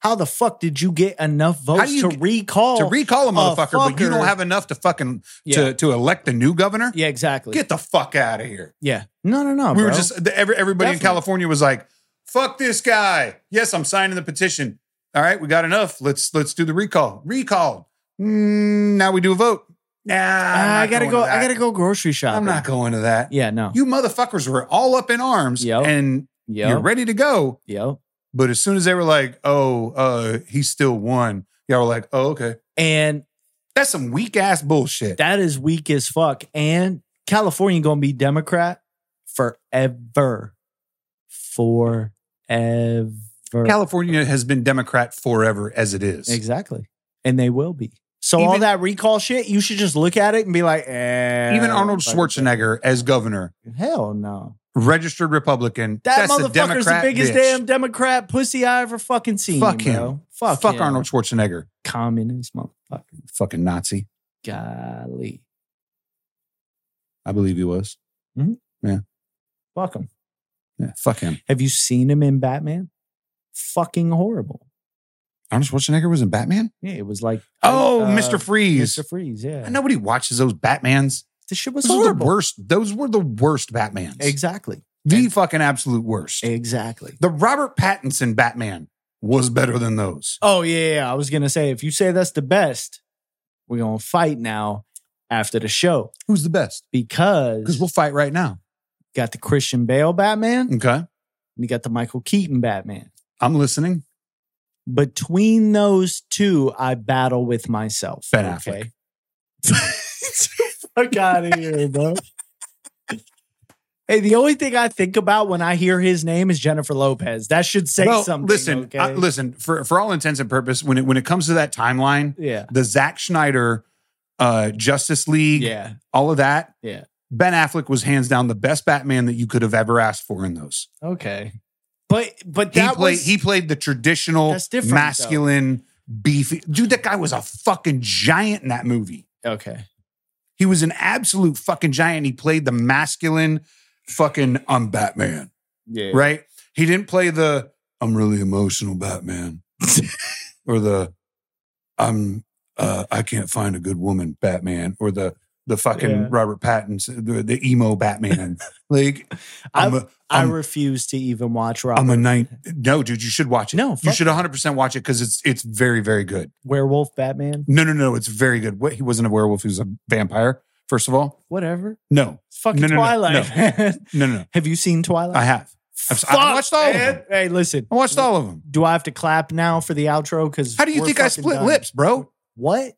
S2: How the fuck did you get enough
S1: do
S2: votes
S1: you
S2: to
S1: get-
S2: recall?
S1: to recall a motherfucker, but you
S2: Oh, fucker.
S1: don't have enough to fucking
S2: yeah.
S1: to, to elect the new governor.
S2: yeah, exactly.
S1: Get the fuck out of here.
S2: yeah. No, no, no.
S1: we were
S2: Uh, bro.
S1: just the, every, everybody in
S2: Definitely.
S1: California was like, "Fuck this guy." Yes, I'm signing the petition. All right, we got enough. Let's let's do the recall. Recalled. Mm, now we do a vote. Nah, I'm
S2: I
S1: not
S2: gotta
S1: going
S2: go.
S1: to that.
S2: I gotta go grocery shopping.
S1: I'm not going to that.
S2: Yeah, no.
S1: You motherfuckers were all up in arms
S2: Yep.
S1: and you're
S2: Yo,
S1: ready to go.
S2: yo.
S1: But as soon as they were like, oh, uh, he still won, y'all were like, oh, okay.
S2: And
S1: That's some weak ass bullshit.
S2: That is weak as fuck. And California gonna be Democrat forever. Forever.
S1: California has been Democrat forever as it is.
S2: exactly. And they will be. So all
S1: Even-
S2: that recall shit, you should just look at it and be like, eh.
S1: Even Arnold
S2: fuck
S1: Schwarzenegger as governor,
S2: it. Hell no.
S1: registered Republican.
S2: That
S1: that's a
S2: motherfucker's the
S1: Democrat
S2: biggest
S1: bitch.
S2: damn Democrat pussy I ever fucking seen.
S1: Fuck him.
S2: bro.
S1: Fuck,
S2: Fuck, him.
S1: Arnold Schwarzenegger.
S2: Communist motherfucker.
S1: Fucking Nazi.
S2: Golly.
S1: I believe he was.
S2: Fuck him.
S1: Yeah, fuck him.
S2: Have you seen him in Batman? Fucking horrible.
S1: Arnold Schwarzenegger was in Batman?
S2: Yeah, it was like
S1: Oh,
S2: uh,
S1: Mr. Freeze.
S2: Mr. Freeze, yeah.
S1: Nobody watches those Batmans.
S2: This shit was
S1: Those were the
S2: horrible.
S1: worst. Those were the worst Batmans.
S2: Exactly.
S1: the fucking absolute worst.
S2: Exactly.
S1: the Robert Pattinson Batman was better than those.
S2: Oh yeah, yeah, yeah. I was gonna say if you say that's the best, we're gonna fight now after the show
S1: Who's the best? Because
S2: because
S1: we'll fight right now.
S2: you got the Christian Bale Batman and
S1: Okay.
S2: you got the Michael Keaton Batman.
S1: I'm listening.
S2: Between those two, I battle with myself.
S1: Ben
S2: Fuck out of here, bro. Hey, the only thing I think about when I hear his name is Jennifer Lopez. That should say
S1: Well,
S2: something.
S1: listen,
S2: okay?
S1: I- listen. For for all intents and purpose, when it when it comes to that timeline,
S2: Yeah.
S1: the Zack Schneider, uh, Justice League,
S2: Yeah.
S1: all of that.
S2: Yeah.
S1: Ben Affleck was hands down the best Batman that you could have ever asked for in those.
S2: Okay. But but
S1: He
S2: that
S1: played
S2: was
S1: he played the traditional
S2: That's different,
S1: masculine beefy dude. That guy was a fucking giant in that movie.
S2: okay.
S1: He was an absolute fucking giant. He played the masculine fucking I'm Batman,
S2: Yeah.
S1: right? He didn't play the I'm really emotional Batman or the I'm uh, I can't find a good woman Batman or the the fucking
S2: Yeah.
S1: Robert Pattinson the, the emo Batman. like I'm a,
S2: I
S1: I'm-
S2: refuse to even watch Robert.
S1: I'm a night. No, dude, you should watch it.
S2: No,
S1: you
S2: fuck
S1: should 100 percent watch it because it's it's very very good.
S2: werewolf Batman.
S1: No, no, no, it's very good. What he wasn't a werewolf; he was a vampire. First of all,
S2: Whatever.
S1: no,
S2: It's fucking
S1: No, no, no,
S2: Twilight.
S1: no, no, no.
S2: Have you seen Twilight?
S1: I have. I've- I watched all of
S2: man.
S1: them.
S2: Hey, listen.
S1: I watched all of them.
S2: Do I have to clap now for the outro? Because
S1: How do you think I split lips, bro?
S2: What?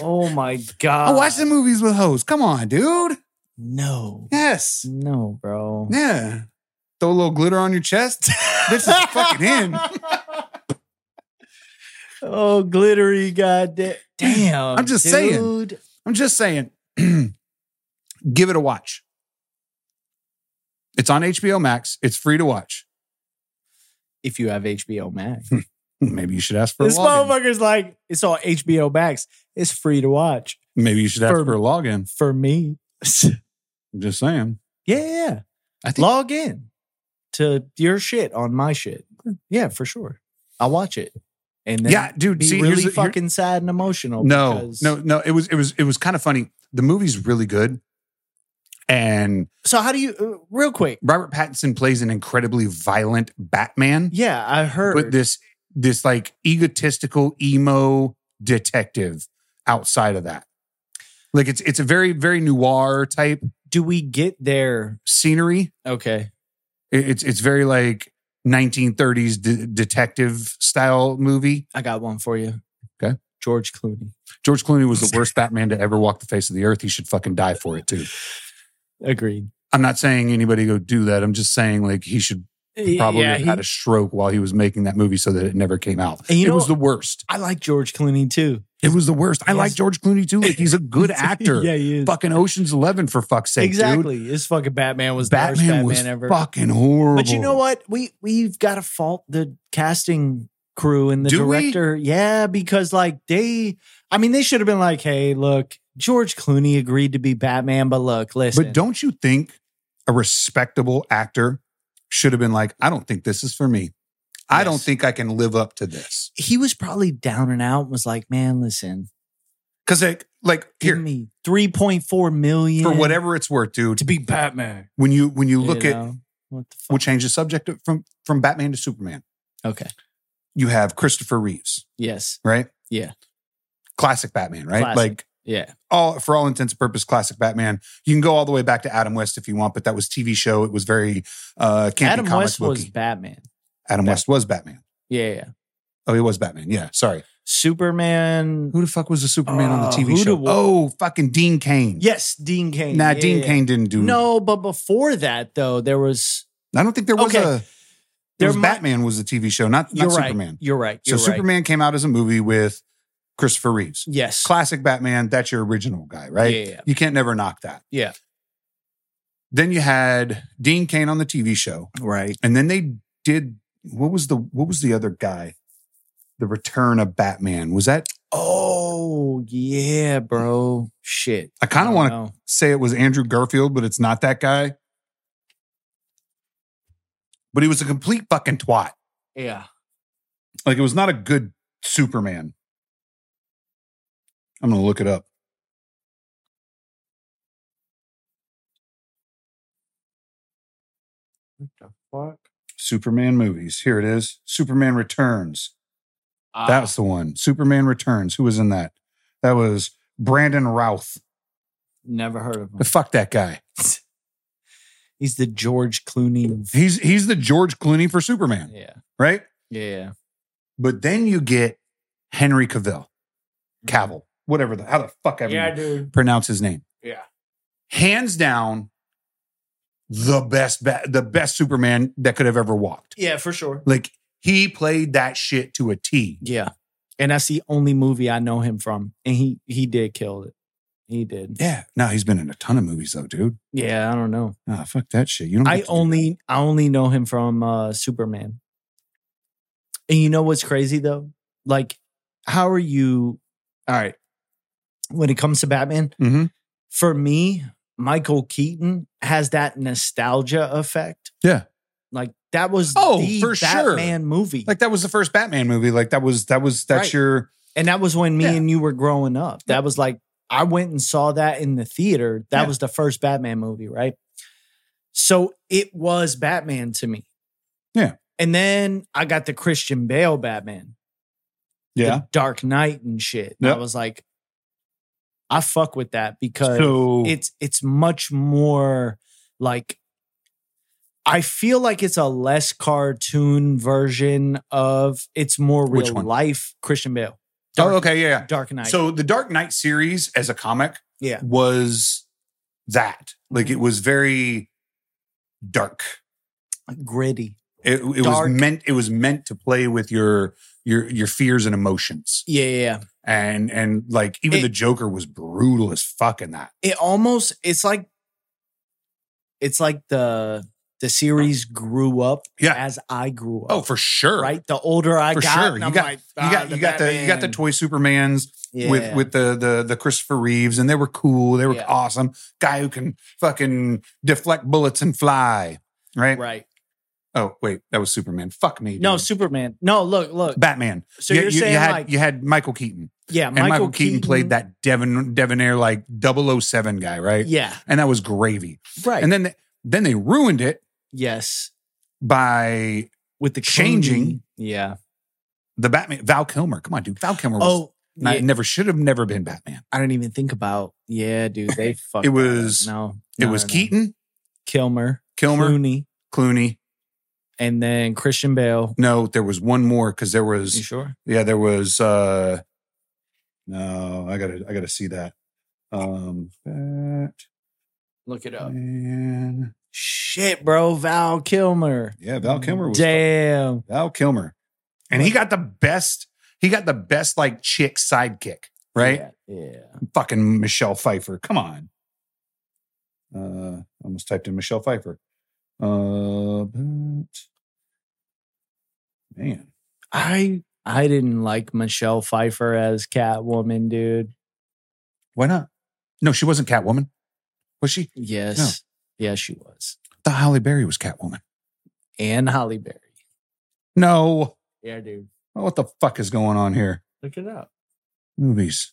S2: oh my god!
S1: I watch the movies with hoes. Come on, dude.
S2: No,
S1: Yes.
S2: no, bro.
S1: Yeah. Throw a little glitter on your chest. this is fucking in.
S2: oh, glittery goddamn! Damn,
S1: I'm just saying.
S2: dude. saying.
S1: I'm just saying, give it a watch. It's on HBO Max. It's free to watch.
S2: If you have HBO Max,
S1: Maybe you should ask for a
S2: this
S1: login.
S2: motherfucker's like it's all HBO Max. It's free to watch
S1: Maybe you should ask
S2: for-
S1: for a login.
S2: for me. yeah,
S1: I'm just saying.
S2: yeah.
S1: I think
S2: log in to your shit on my shit. Yeah, for sure. I'll watch it. And then
S1: yeah, dude.
S2: be
S1: See,
S2: really
S1: here's the- here-
S2: fucking sad and emotional.
S1: no,
S2: because-
S1: no, no. It was, it was, it was kind of funny. The movie's really good, and
S2: So how do you uh, real quick?
S1: Robert Pattinson plays an incredibly violent Batman.
S2: Yeah, I heard
S1: but this this like egotistical emo detective outside of that like it's it's a very very noir type
S2: do we get there?
S1: scenery
S2: Okay.
S1: It- it's it's very like 1930s de- detective style movie
S2: I got one for you.
S1: Okay.
S2: George Clooney.
S1: george clooney was the worst batman to ever walk the face of the earth he should fucking die for it too
S2: Agreed.
S1: i'm not saying anybody go do that i'm just saying like he should probably
S2: yeah,
S1: have
S2: he-
S1: had a stroke while he was making that movie so that it never came out
S2: And you
S1: it
S2: know-
S1: was the worst
S2: I like George Clooney too.
S1: it was the worst i
S2: Yes.
S1: like george clooney too like he's a good actor
S2: yeah, he is.
S1: fucking Ocean's Eleven for fuck's sake, dude.
S2: exactly. His fucking Batman was the worst
S1: Batman,
S2: Batman
S1: was
S2: ever.
S1: fucking horrible.
S2: But you know what? We we've got to fault the casting crew and the
S1: Do we?
S2: director. Yeah, because like they, I mean, they should have been like, "Hey, look, George Clooney agreed to be Batman, but look, listen,
S1: But don't you think a respectable actor should have been like, I don't think this is for me. I
S2: Yes.
S1: don't think I can live up to this.
S2: He was probably down and out. And was like, "Man, listen,
S1: Because like, like
S2: give
S1: here
S2: me three point four million
S1: for whatever it's worth, dude.
S2: to be Batman."
S1: When you when you look at,
S2: know? what the fuck?
S1: we'll change the subject from from Batman to Superman.
S2: okay,
S1: You have Christopher Reeves,
S2: yes,
S1: right?
S2: Yeah.
S1: classic Batman, right?
S2: Classic.
S1: Like
S2: yeah,
S1: all for all intents and purposes classic batman you can go all the way back to adam west if you want but that was tv show it was very uh campy
S2: Adam
S1: comic
S2: West was
S1: booky.
S2: Batman.
S1: adam
S2: Bat-
S1: west was batman
S2: Yeah, yeah.
S1: oh he was batman yeah sorry
S2: Superman.
S1: who the fuck was the superman on the
S2: Uh,
S1: tv
S2: who
S1: show
S2: the-
S1: oh fucking dean kane
S2: Yes, Dean Kane.
S1: nah
S2: Yeah,
S1: dean
S2: yeah, yeah.
S1: kane didn't do
S2: No, but before that though, there was
S1: i don't think there was
S2: Okay.
S1: a there
S2: There
S1: was
S2: might-
S1: batman was the tv show not,
S2: you're
S1: not
S2: right.
S1: superman
S2: You're right.
S1: so
S2: You're right.
S1: superman came out as a movie with christopher reeves
S2: Yes.
S1: classic batman that's your original guy right
S2: Yeah, yeah, yeah.
S1: you can't never knock that
S2: Yeah.
S1: then you had dean kane on the tv show
S2: Right.
S1: And then they did what was the what was the other guy? The Return of Batman. Was that
S2: Oh yeah, bro. Shit.
S1: I kind of
S2: don't
S1: want to
S2: know.
S1: say it was Andrew Garfield, but it's not that guy. But he was a complete fucking twat.
S2: Yeah.
S1: Like it was not a good Superman. I'm gonna look it up.
S2: What the fuck?
S1: Superman movies. Here it is. Superman Returns.
S2: Ah,
S1: That's the one. Superman Returns. Who was in that? That was Brandon Routh.
S2: never heard of him.
S1: Fuck that guy.
S2: He's the George Clooney.
S1: He's he's the George Clooney for Superman,
S2: Yeah.
S1: right?
S2: Yeah.
S1: But then you get Henry Cavill,
S2: Mm-hmm.
S1: Cavill, whatever the how the fuck ever you
S2: dude.
S1: pronounce his name.
S2: Yeah.
S1: Hands down, the best ba- the best Superman that could have ever walked.
S2: Yeah, for sure.
S1: Like he played that shit to a T.
S2: Yeah. And that's the only movie I know him from. And he he did kill it. He did.
S1: Yeah. Now he's been in a ton of movies though, dude.
S2: Yeah, I don't know.
S1: Ah, fuck that shit. You don't.
S2: I
S1: get to do that.
S2: only I only know him from uh Superman. And you know what's crazy though? Like how are you? All right. When it comes to Batman,
S1: Mm-hmm.
S2: for me, Michael Keaton has that nostalgia effect.
S1: Yeah.
S2: Like that was
S1: Oh,
S2: the
S1: for sure.
S2: Batman movie.
S1: Like that was the first Batman movie. Like that was that was that's
S2: Right.
S1: your
S2: and that was when me
S1: Yeah.
S2: and you were growing up. That was like I went and saw that in the theater. That
S1: Yeah.
S2: was the first Batman movie, right? So it was Batman to me.
S1: Yeah.
S2: And then I got the Christian Bale Batman.
S1: yeah.
S2: the Dark Knight and shit. And I
S1: Yep.
S2: was like, I fuck with that because
S1: So Oh,
S2: it's it's much more like I feel like it's a less cartoon version of it's more
S1: Which
S2: real
S1: one?
S2: life Christian Bale. Dark,
S1: oh, okay, yeah, yeah.
S2: Dark Knight.
S1: So the Dark Knight series as a comic
S2: Yeah. Mm-hmm.
S1: was that. Like it was very dark.
S2: gritty.
S1: It, it
S2: Dark.
S1: was meant it was meant to play with your your your fears and emotions.
S2: Yeah, yeah, yeah.
S1: And and like even
S2: It-
S1: the Joker was brutal as fuck in that.
S2: It almost it's like it's like the the series grew up
S1: Yeah.
S2: as I grew up.
S1: Oh, for sure.
S2: right. The older I
S1: For
S2: got,
S1: sure.
S2: and
S1: You
S2: I'm
S1: got-
S2: like,
S1: You
S2: "Ah,
S1: got you got the you got the
S2: Batman."
S1: toy Supermans with
S2: Yeah.
S1: with the the the Christopher Reeves and they were cool. They were
S2: Yeah.
S1: awesome. Guy who can fucking deflect bullets and fly. Right?
S2: right.
S1: Oh wait, that was Superman. Fuck me.
S2: No,
S1: dude.
S2: Superman. No, look, look.
S1: Batman.
S2: So
S1: You-
S2: you're
S1: you,
S2: saying
S1: you had
S2: like,
S1: you had Michael Keaton
S2: yeah,
S1: and Michael, Keaton, played that Devon Devonair like 007 guy, right?
S2: Yeah,
S1: And that was gravy.
S2: right.
S1: And then they, then they ruined it
S2: yes,
S1: by
S2: with the
S1: Changing.
S2: Clooney. Yeah.
S1: the Batman Val Kilmer. Come on, dude. Val Kilmer was
S2: Oh,
S1: not-
S2: yeah,
S1: never should have never been Batman.
S2: I didn't even think about. Yeah, dude, they fucked.
S1: It
S2: that up.
S1: was-
S2: no,
S1: It
S2: no,
S1: was
S2: no, no.
S1: Keaton,
S2: Kilmer,
S1: Kilmer,
S2: Clooney,
S1: Clooney.
S2: and then Christian Bale.
S1: No, there was one more because there
S2: You
S1: was
S2: sure?
S1: yeah, there was uh no, I gotta I gotta see that. Um Batman.
S2: Look it up. Shit, bro, Val Kilmer.
S1: Yeah, Val Kilmer was
S2: Damn.
S1: Val Kilmer. And he got the best, he got the best like chick sidekick, right?
S2: Yeah. yeah.
S1: Fucking Michelle Pfeiffer. Come on. Uh I almost typed in Michelle Pfeiffer. Uh but man.
S2: I I didn't like Michelle Pfeiffer as Catwoman, dude.
S1: Why not? No, she wasn't Catwoman. Was she?
S2: Yes. Yes, she was.
S1: The Holly Berry was Catwoman.
S2: And Holly Berry.
S1: No.
S2: Yeah, dude.
S1: What the fuck is going on here?
S2: Look it up.
S1: Movies.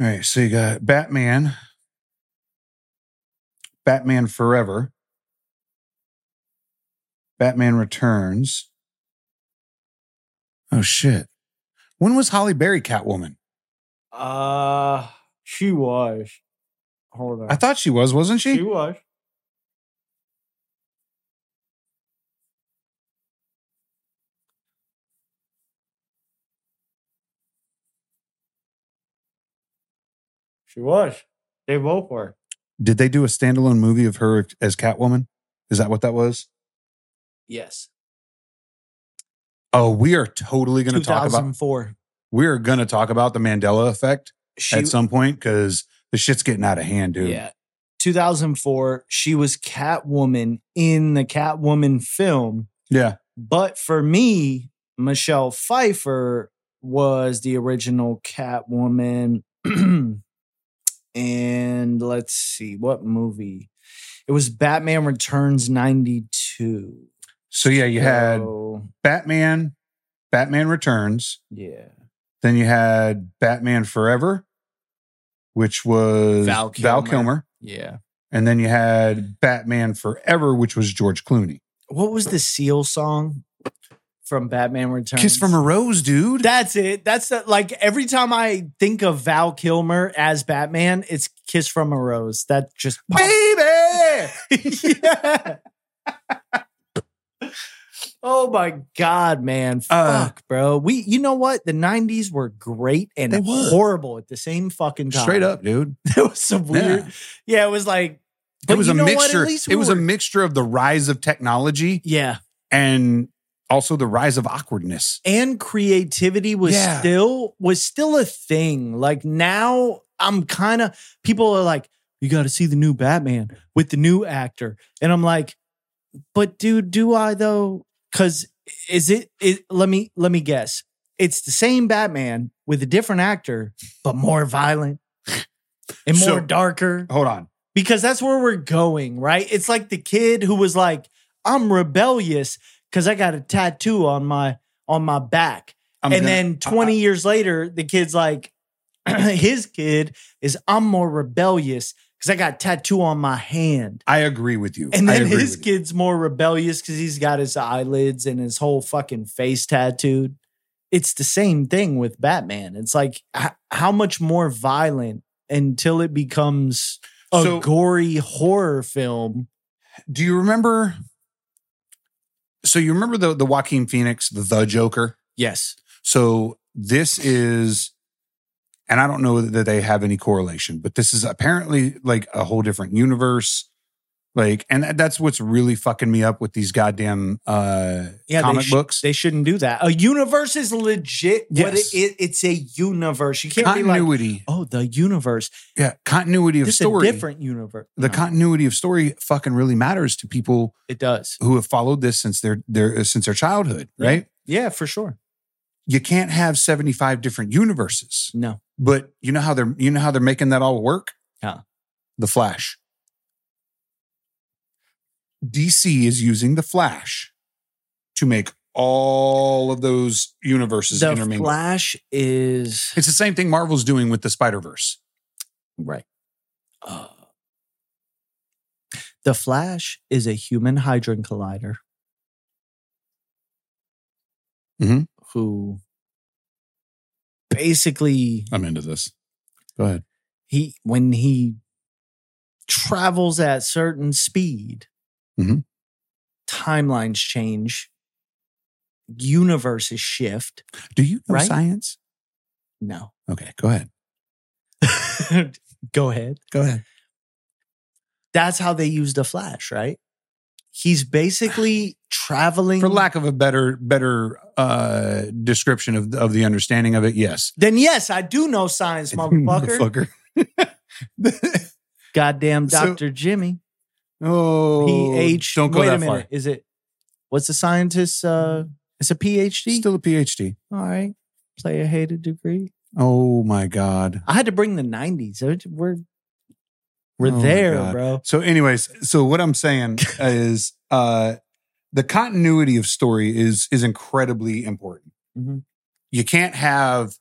S1: All right, so you got Batman, Batman Forever, Batman Returns. Oh shit! When was Holly Berry Catwoman?
S2: Uh she was. Hold on.
S1: I thought she was, wasn't she?
S2: was. She was. They both were.
S1: Did they do a standalone movie of her as Catwoman? Is that what that was?
S2: Yes.
S1: Oh, we are totally going to talk about.
S2: 2004.
S1: We are going to talk about the Mandela effect.
S2: She,
S1: at some point because the shit's getting out of hand, dude.
S2: Yeah. 2004, she was Catwoman in the Catwoman film.
S1: Yeah.
S2: But for me, Michelle Pfeiffer was the original Catwoman. and let's see, what movie? It was Batman Returns 92.
S1: So yeah, you had
S2: So,
S1: Batman, Batman Returns,
S2: yeah.
S1: then you had Batman Forever, which was
S2: Val Kilmer.
S1: Kilmer,
S2: Yeah.
S1: and then you had Batman Forever, which was George Clooney.
S2: What was the Seal song from Batman Returns?
S1: Kiss from a Rose, dude.
S2: That's it. That's the, like every time I think of Val Kilmer as Batman, it's Kiss from a Rose. That just
S1: Baby.
S2: yeah. oh my god, man.
S1: Uh,
S2: Fuck, bro. We you know what? The 90s were great and
S1: They were.
S2: horrible at the same fucking time.
S1: Straight up, dude.
S2: There was some weird. Yeah, it was like
S1: It
S2: but
S1: was
S2: you
S1: a
S2: know what? At
S1: mixture.
S2: least we
S1: It was a
S2: were-
S1: mixture of the rise of technology
S2: yeah.
S1: and also the rise of awkwardness.
S2: and creativity was
S1: Yeah.
S2: still was still a thing. Like now I'm kind of people are like you got to see the new Batman with the new actor. And I'm like but dude, do I though? Cuz is it is let me let me guess. It's the same Batman with a different actor, but more violent and more
S1: So-
S2: darker
S1: Hold on.
S2: because that's where we're going, right? It's like the kid who was like, "I'm rebellious because I got a tattoo on my on my back,"
S1: I'm
S2: and
S1: gonna-
S2: then 20 years later, the kid's like, his kid is, "I'm more rebellious because I got a tattoo on my hand."
S1: I agree with you.
S2: And
S1: I
S2: then
S1: agree
S2: his
S1: with you.
S2: kid's more rebellious because he's got his eyelids and his whole fucking face tattooed. It's the same thing with Batman. It's like h- how much more violent until it becomes a
S1: So-
S2: gory horror film.
S1: Do you remember? So you remember the the Joaquin Phoenix, the Joker?
S2: Yes.
S1: So this is, and I don't know that they have any correlation, but this is apparently like a whole different universe. Like, and that- that's what's really fucking me up with these goddamn uh,
S2: Yeah,
S1: comic
S2: they, sh-
S1: books.
S2: they shouldn't do that. A universe is legit. What
S1: Yes.
S2: it, it, it's a universe. You can't be like,
S1: continuity,
S2: oh, the universe.
S1: yeah, continuity of
S2: This is a
S1: story.
S2: different universe.
S1: the
S2: No,
S1: continuity of story fucking really matters to people
S2: it does.
S1: who have followed this since their their since their childhood, right?
S2: Yeah, for sure.
S1: You can't have seventy five different universes.
S2: No.
S1: But you know how they're you know how they're making that all work?
S2: How?
S1: The Flash. DC is using the Flash to make all of those universes
S2: The
S1: intermingle.
S2: Flash is
S1: it's the same thing Marvel's doing with the Spider Verse.
S2: Right. Uh, the Flash is a human hydrogen collider
S1: Mhm.
S2: who basically
S1: I'm into this. Go ahead.
S2: he when he travels at certain speed
S1: Mhm.
S2: timelines change universes shift
S1: Do you know
S2: Right?
S1: science?
S2: no
S1: Okay, go ahead.
S2: go ahead
S1: Go ahead.
S2: that's how they use the flash right he's basically traveling
S1: For lack of a better better uh description of of the understanding of it, yes.
S2: then yes i do know science motherfucker
S1: Motherfucker.
S2: goddamn
S1: So-
S2: dr jimmy
S1: oh,
S2: ph
S1: Don't go
S2: wait
S1: that
S2: a minute
S1: far.
S2: is it what's the scientist uh it's a phd
S1: Still a PhD.
S2: all right player hated degree
S1: Oh my god.
S2: i had to bring the 90s We're- we're we're
S1: Oh my
S2: there
S1: God.
S2: bro
S1: So, anyways, so what I'm saying is, uh, the continuity of story is is incredibly important.
S2: Mhm.
S1: You can't have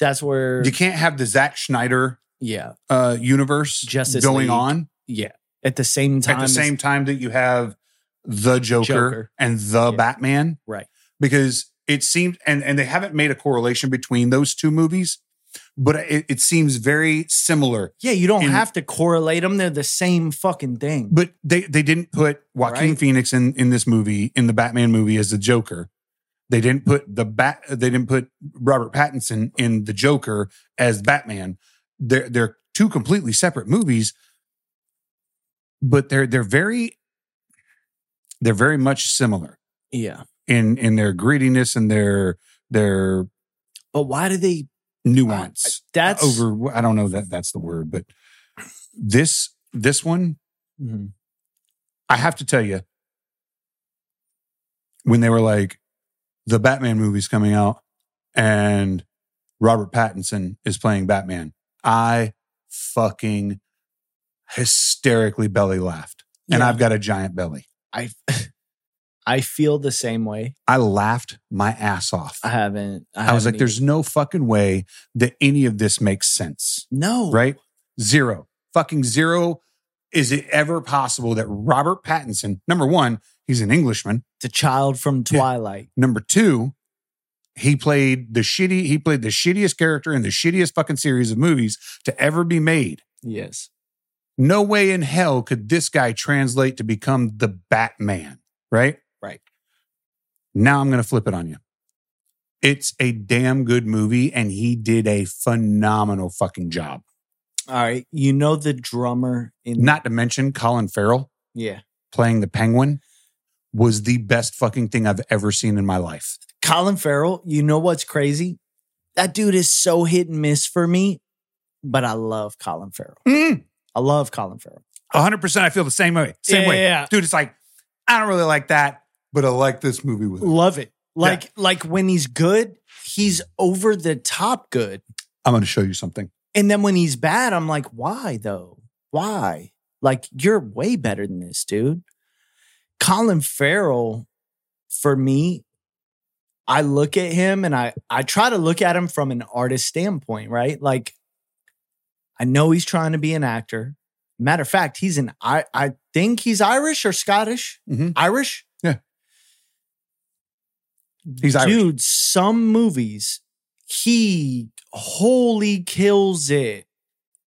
S2: that's where
S1: you can't have the Zack Schneider
S2: yeah
S1: uh, universe
S2: Justice
S1: going
S2: League
S1: on
S2: yeah at the same time
S1: at the
S2: as-
S1: same time that you have the Joker,
S2: Joker.
S1: and the
S2: Yeah.
S1: Batman,
S2: Right.
S1: Because it seemed, and and they haven't made a correlation between those two movies, but it, it seems very similar
S2: yeah you don't
S1: in-
S2: have to correlate them they're the same fucking thing
S1: But they they didn't put Joaquin
S2: Right.
S1: Phoenix in in this movie in the Batman movie as the Joker. They didn't put the bat. They didn't put Robert Pattinson in the Joker as Batman. They're they're two completely separate movies, but they're they're very they're very much similar
S2: yeah
S1: in in their grittiness and their their
S2: but why do they
S1: nuance.
S2: that's
S1: over. I don't know that that's the word, but this this one
S2: Mhm.
S1: I have to tell you, when they were like, the Batman movie's coming out and Robert Pattinson is playing Batman, I fucking hysterically belly laughed. And
S2: Yeah.
S1: I've got a giant belly.
S2: I I feel the same way.
S1: I laughed my ass off.
S2: I
S1: I,
S2: haven't. I,
S1: was
S2: haven't
S1: like, there's no fucking way that any of this makes sense,
S2: even- no
S1: right? Zero. Fucking zero. Is it ever possible that Robert Pattinson, number one, he's an Englishman.
S2: The child from
S1: Yeah.
S2: Twilight.
S1: Number two, he played the shitty. He played the shittiest character in the shittiest fucking series of movies to ever be made.
S2: Yes.
S1: No way in hell could this guy translate to become the Batman, right?
S2: Right.
S1: Now I'm going to flip it on you. It's a damn good movie, and he did a phenomenal fucking job.
S2: All right. You know the drummer in
S1: Not to mention Colin Farrell
S2: yeah.
S1: playing the Penguin was the best fucking thing I've ever seen in my life.
S2: Colin Farrell. You know what's crazy? That dude is so hit and miss for me, but I love Colin Farrell.
S1: Mm.
S2: I love Colin Farrell.
S1: 100% I feel the same way. Same way.
S2: Yeah.
S1: Dude, it's like, I don't really like that, but I like this movie with it.
S2: Love it. Like like when he's good, he's over the top good.
S1: I'm going to show you something.
S2: And then when he's bad, I'm like, why though? Why? Like, you're way better than this, dude. Colin Farrell, for me, I look at him and I I try to look at him from an artist standpoint, right? Like, I know he's trying to be an actor. Matter of fact, he's an I I think he's Irish or Scottish.
S1: Mhm.
S2: Irish.
S1: He's Irish.
S2: Dude, some movies, he wholly kills it.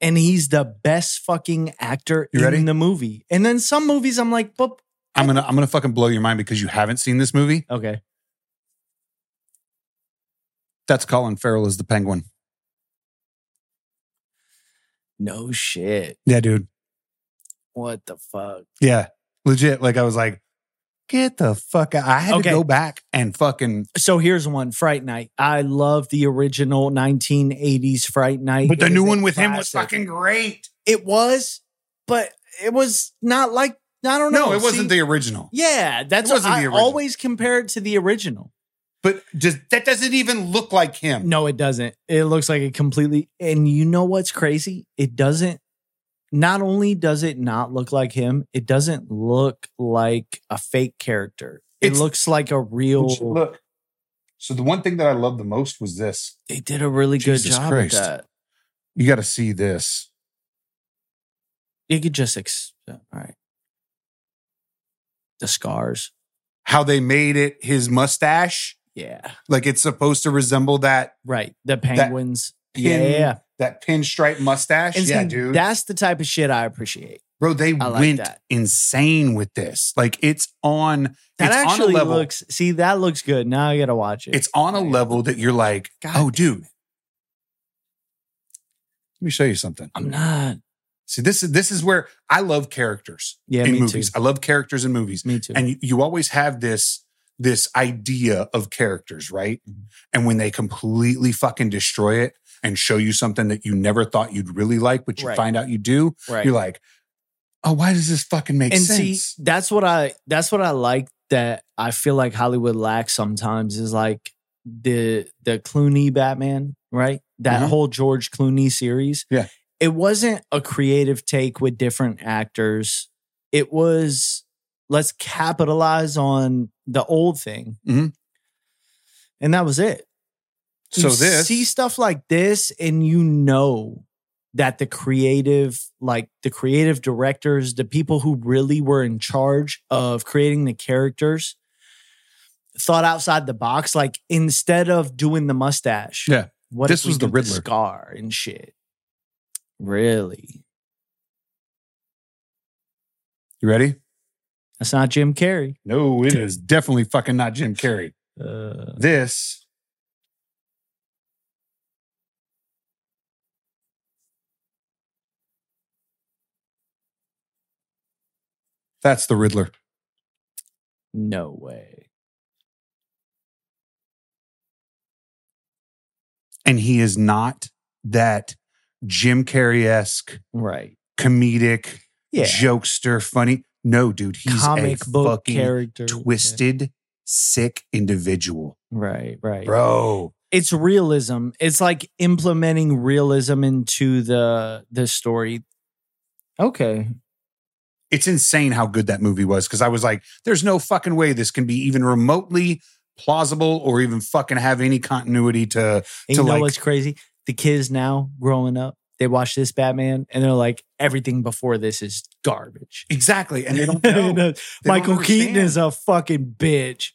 S2: And he's the best fucking actor
S1: You
S2: in
S1: ready?
S2: the movie. And then some movies I'm like, but
S1: I'm gonna I'm gonna fucking blow your mind because you haven't seen this movie.
S2: okay.
S1: That's Colin Farrell as the Penguin.
S2: No shit.
S1: Yeah, dude.
S2: What the fuck?
S1: Yeah, legit. Like I was like, get the fuck out. I had
S2: Okay.
S1: to go back and fucking.
S2: So here's one, Fright Night. I love the original 1980s Fright Night.
S1: But the
S2: It
S1: new
S2: is a
S1: one with him was
S2: classic.
S1: fucking great.
S2: It was, but it was not like I don't know.
S1: No, it wasn't
S2: See,
S1: the original.
S2: Yeah, that's
S1: It wasn't
S2: I
S1: the original.
S2: always compare it to the original.
S1: But just that doesn't even look like him.
S2: No, it doesn't. It looks like it completely. And you know what's crazy? It doesn't. Not only does it not look like him, it doesn't look like a fake character. It
S1: It's-
S2: looks like a real.
S1: Which, look. So the one thing that I loved the most was this.
S2: they did a really good
S1: Jesus
S2: job
S1: Christ.
S2: with that.
S1: You got to see this.
S2: You could just ex- uh, all right. The scars.
S1: How they made it his mustache,
S2: Yeah.
S1: like it's supposed to resemble that
S2: Right. The penguins. yeah.
S1: pin-
S2: yeah.
S1: that pinstripe mustache.
S2: And
S1: yeah,
S2: see,
S1: dude.
S2: that's the type of shit I appreciate.
S1: Bro, they
S2: I like
S1: went
S2: that.
S1: insane with this. Like it's on
S2: That
S1: it's on a
S2: actually
S1: level.
S2: looks see, that looks good. Now I gotta watch it.
S1: it's on a level that you're like,
S2: God
S1: oh, dude. Let me show you something.
S2: I'm not.
S1: See, this is this is where I love characters
S2: Yeah,
S1: in
S2: me
S1: movies. I love characters in movies.
S2: too. Me too.
S1: And you, you always have this this idea of characters, right?
S2: Mm-hmm.
S1: And when they completely fucking destroy it and show you something that you never thought you'd really like, but you
S2: Right.
S1: find out you do,
S2: right.
S1: you're like, oh, why does this fucking make
S2: and
S1: sense?
S2: see, that's what I that's what I like that I feel like Hollywood lacks sometimes is like the the Clooney Batman, right? That
S1: Mhm.
S2: whole George Clooney series.
S1: Yeah.
S2: It wasn't a creative take with different actors. It was let's capitalize on the old thing.
S1: Mhm.
S2: And that was it.
S1: so
S2: you
S1: this
S2: see stuff like this and you know that the creative like the creative directors the people who really were in charge of creating the characters thought outside the box like instead of doing the mustache
S1: Yeah.
S2: what
S1: This
S2: if we
S1: was the
S2: do
S1: Riddler.
S2: scar and shit really
S1: You ready?
S2: that's not jim carrey
S1: No, it is definitely fucking not Jim Carrey.
S2: uh,
S1: This. That's the Riddler.
S2: no way
S1: And he is not that Jim Carrey esque,
S2: right
S1: comedic,
S2: yeah
S1: jokester, funny. No, dude, he's
S2: comic
S1: a
S2: book
S1: fucking
S2: character
S1: twisted, sick individual.
S2: right right
S1: Bro.
S2: it's realism. It's like implementing realism into the the story. Okay.
S1: it's insane how good that movie was because I was like, there's no fucking way this can be even remotely plausible or even fucking have any continuity to
S2: And
S1: To
S2: you know
S1: like-
S2: what's crazy? The kids now growing up, they watch this Batman and they're like, everything before this is garbage.
S1: exactly. And they don't
S2: They
S1: know.
S2: don't-
S1: They
S2: Michael
S1: don't
S2: Keaton
S1: understand.
S2: is a fucking bitch.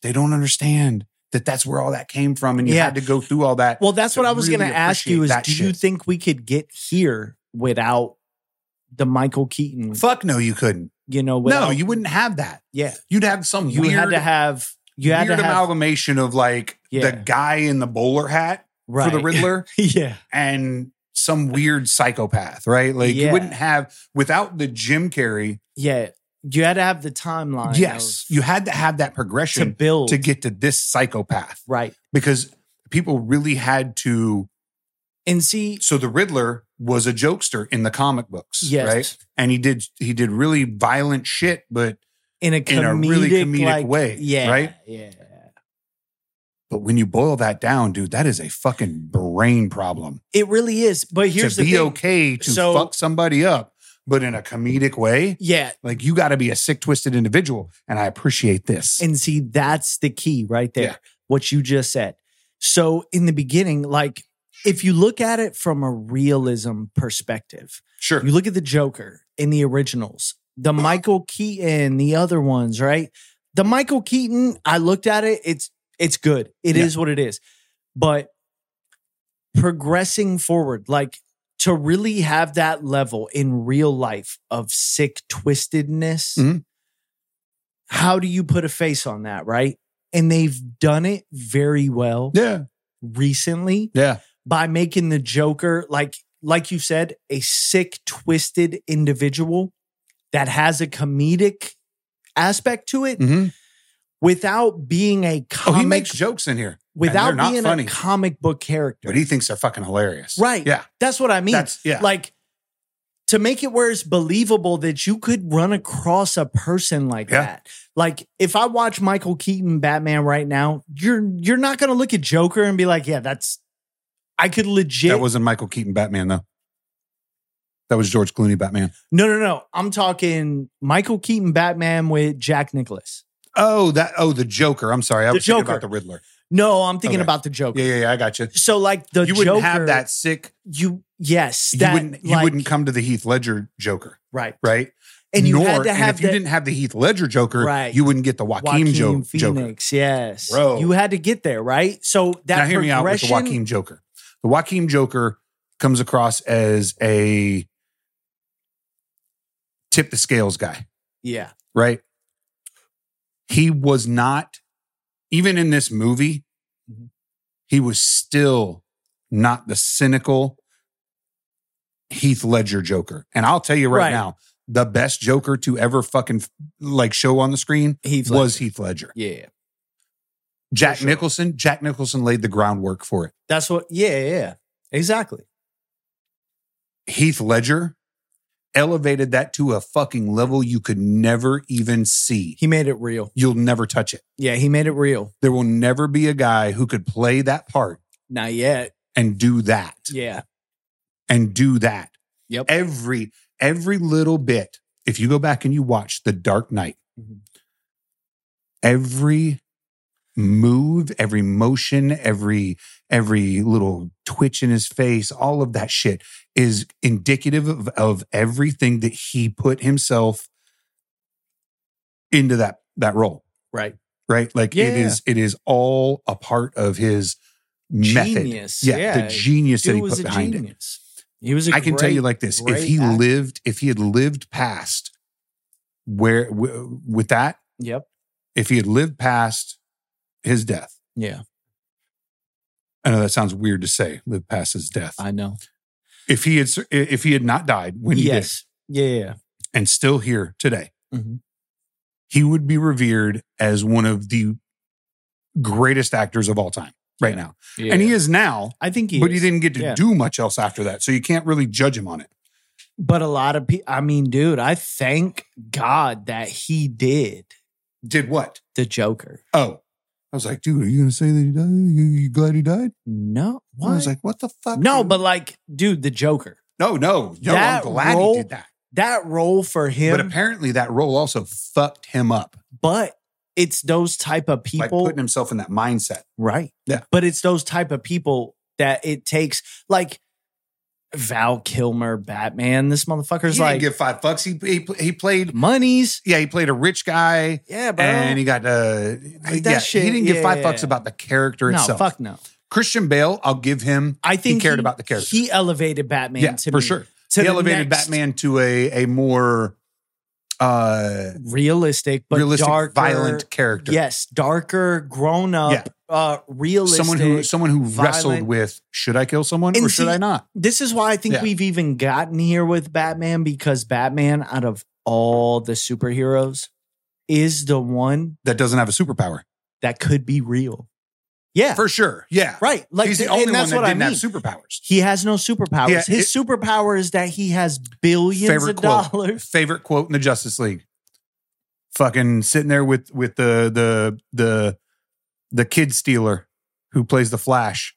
S1: They don't understand that that's where all that came from, and you
S2: Yeah.
S1: had to go through all that.
S2: Well, that's
S1: to
S2: what I was
S1: really
S2: going to ask you:
S1: appreciate
S2: is
S1: that
S2: do you
S1: shit.
S2: think we could get here without the Michael Keaton?
S1: Fuck no, you couldn't.
S2: You know,
S1: no,
S2: without,
S1: you wouldn't have that.
S2: Yeah,
S1: You'd have some
S2: you
S1: weird,
S2: had to have. You had
S1: weird
S2: to have
S1: amalgamation of like
S2: Yeah.
S1: the guy in the bowler hat
S2: right.
S1: for the Riddler
S2: yeah.
S1: and some weird psychopath, right? Like
S2: Yeah.
S1: you wouldn't have without the Jim Carrey
S2: Yeah, you had to have the timeline.
S1: Yes,
S2: of-
S1: you had to have that
S2: to
S1: progression
S2: build
S1: to get to this psychopath
S2: right
S1: because people really had to.
S2: and see.
S1: So the Riddler was a jokester in the comic books,
S2: Yes,
S1: right? And he did he did really violent shit, but
S2: in a comedic,
S1: in a really comedic
S2: like,
S1: way,
S2: Yeah,
S1: right?
S2: Yeah,
S1: But when you boil that down, dude, that is a fucking brain problem.
S2: It really is. But here's
S1: to
S2: the
S1: be
S2: thing.
S1: okay to
S2: So-
S1: fuck somebody up, but in a comedic way,
S2: Yeah,
S1: like you got to be a sick, twisted individual. And I appreciate this.
S2: And see, that's the key right there,
S1: Yeah.
S2: what you just said. So, in the beginning, like if you look at it from a realism perspective,
S1: sure.
S2: you look at the Joker in the originals, the Michael Keaton, the other ones, right? The Michael Keaton, I looked at it, it's it's good. It is
S1: Yeah.
S2: what it is. But progressing forward, like to really have that level in real life of sick twistedness,
S1: Mhm.
S2: how do you put a face on that, right? And they've done it very well
S1: yeah.
S2: recently
S1: Yeah.
S2: by making the Joker like like you said, a sick, twisted individual that has a comedic aspect to it
S1: hmm
S2: without being a
S1: Oh,
S2: comic
S1: he makes jokes in here,
S2: without
S1: they're not
S2: being
S1: funny.
S2: a comic book character.
S1: but he thinks they're fucking hilarious.
S2: Right.
S1: Yeah.
S2: That's what I mean.
S1: That's, yeah.
S2: Like to make it where it's believable that you could run across a person like
S1: Yeah.
S2: that. Like if I watch Michael Keaton Batman right now, you're you're not going to look at Joker and be like, yeah, that's I could legit
S1: that wasn't Michael Keaton Batman, though. That was George Clooney Batman.
S2: No, no, no. I'm talking Michael Keaton Batman with Jack Nicholas.
S1: Oh, that. Oh, the Joker. I'm sorry. I
S2: The
S1: was thinking
S2: Joker.
S1: about the Riddler.
S2: No, I'm thinking
S1: Okay.
S2: about the Joker.
S1: Yeah, yeah, yeah. I got you.
S2: So like the
S1: you wouldn't
S2: Joker,
S1: have that sick.
S2: You yes,
S1: You
S2: that
S1: wouldn't. You
S2: like-
S1: wouldn't come to the Heath Ledger Joker,
S2: right,
S1: right?
S2: and you
S1: Nor-
S2: had to
S1: and
S2: have
S1: if you
S2: that
S1: didn't have the Heath Ledger Joker,
S2: Right.
S1: you wouldn't get the Joaquin,
S2: Joaquin
S1: jo- Joker.
S2: Phoenix. Yes,
S1: Bro.
S2: you had to get there right. So that
S1: now hear me out with the
S2: progression-
S1: Joaquin Joker. The Joaquin Joker comes across as a tip the scales guy,
S2: Yeah,
S1: right? He was not even in this movie.
S2: Mhm.
S1: He was still not the cynical Heath Ledger Joker. And I'll tell you right,
S2: Right.
S1: now, the best Joker to ever fucking like show on the screen
S2: Heath
S1: was
S2: Ledger.
S1: Heath Ledger.
S2: Yeah,
S1: Jack
S2: sure.
S1: Nicholson, Jack Nicholson laid the groundwork for it.
S2: that's what. Yeah, yeah, exactly.
S1: Heath Ledger elevated that to a fucking level you could never even see.
S2: He made it real.
S1: You'll never touch it.
S2: Yeah, he made it real.
S1: There will never be a guy who could play that part
S2: Not yet.
S1: and do that
S2: Yeah.
S1: and do that.
S2: Yep.
S1: Every every little bit. If you go back and you watch The Dark Knight,
S2: Mhm.
S1: every move, every motion, every every little twitch in his face, all of that shit is indicative of, of everything that he put himself into that that role,
S2: Right.
S1: right? Like it
S2: Yeah.
S1: is it is all a part of his method.
S2: Genius.
S1: Yeah, the genius that
S2: Dude
S1: he
S2: was
S1: put
S2: a
S1: behind it.
S2: genius. He was. I
S1: I can tell you like this: if
S2: great
S1: he
S2: actor.
S1: lived, if he had lived past where w- with that,
S2: Yep.
S1: if he had lived past his death,
S2: Yeah.
S1: I know that sounds weird to say, live past his death.
S2: I know.
S1: if he had, sur- if he had not died when he did,
S2: yes. Yeah. yeah,
S1: and still here today,
S2: yeah. Mhm.
S1: he would be revered as one of the greatest actors of all time right
S2: Yeah.
S1: now, and he is now.
S2: I think he.
S1: But he
S2: is.
S1: didn't get to
S2: Yeah.
S1: do much else after that, so you can't really judge him on it.
S2: But a lot of people. I mean, dude, I thank God that he did
S1: Did what?
S2: the Joker.
S1: Oh, I was like, dude, are you going to say that he died? You, you glad he died?
S2: No.
S1: And I was
S2: What?
S1: like, what the fuck?
S2: no,
S1: dude?
S2: but like, dude, the Joker.
S1: no, no, no. I'm
S2: That
S1: glad
S2: role-
S1: he did that.
S2: That role for him,
S1: But
S2: but,
S1: apparently, that role also fucked him up,
S2: it's those type of
S1: like
S2: people,
S1: putting himself in that mindset.
S2: right?
S1: Yeah.
S2: But it's those type of people that it takes, like Val Kilmer, Batman. This motherfucker's
S1: he
S2: like
S1: didn't give five fucks. He, he he played.
S2: monies.
S1: Yeah, he played a rich guy,
S2: Yeah, bro.
S1: and he got uh,
S2: Like that
S1: yeah,
S2: shit,
S1: He didn't give five
S2: yeah.
S1: fucks about the character
S2: no,
S1: itself.
S2: fuck no.
S1: Christian Bale, I'll give him.
S2: I think
S1: cared about the character.
S2: He elevated Batman
S1: yeah,
S2: to
S1: for
S2: me,
S1: sure.
S2: To
S1: he
S2: the
S1: elevated
S2: next
S1: Batman to a a more uh
S2: realistic, but
S1: realistic,
S2: darker,
S1: violent character.
S2: Yes, darker, grown up, uh, realistic.
S1: someone who someone who wrestled
S2: violent-
S1: with should I kill someone or
S2: And
S1: should
S2: see-
S1: I not?
S2: this is why I think
S1: Yeah.
S2: we've even gotten here with Batman because Batman, out of all the superheroes, is the one
S1: That doesn't have a superpower
S2: that could be real. Yeah,
S1: for sure. Yeah,
S2: right. Like,
S1: he's the
S2: and
S1: only one that
S2: that's
S1: didn't
S2: what I
S1: have
S2: mean.
S1: superpowers.
S2: he has no superpowers.
S1: Yeah,
S2: His superpower is that he has billions
S1: Favorite
S2: of
S1: quote.
S2: dollars.
S1: Favorite quote in the Justice League. Fucking sitting there with with the the the the kid stealer who plays the Flash,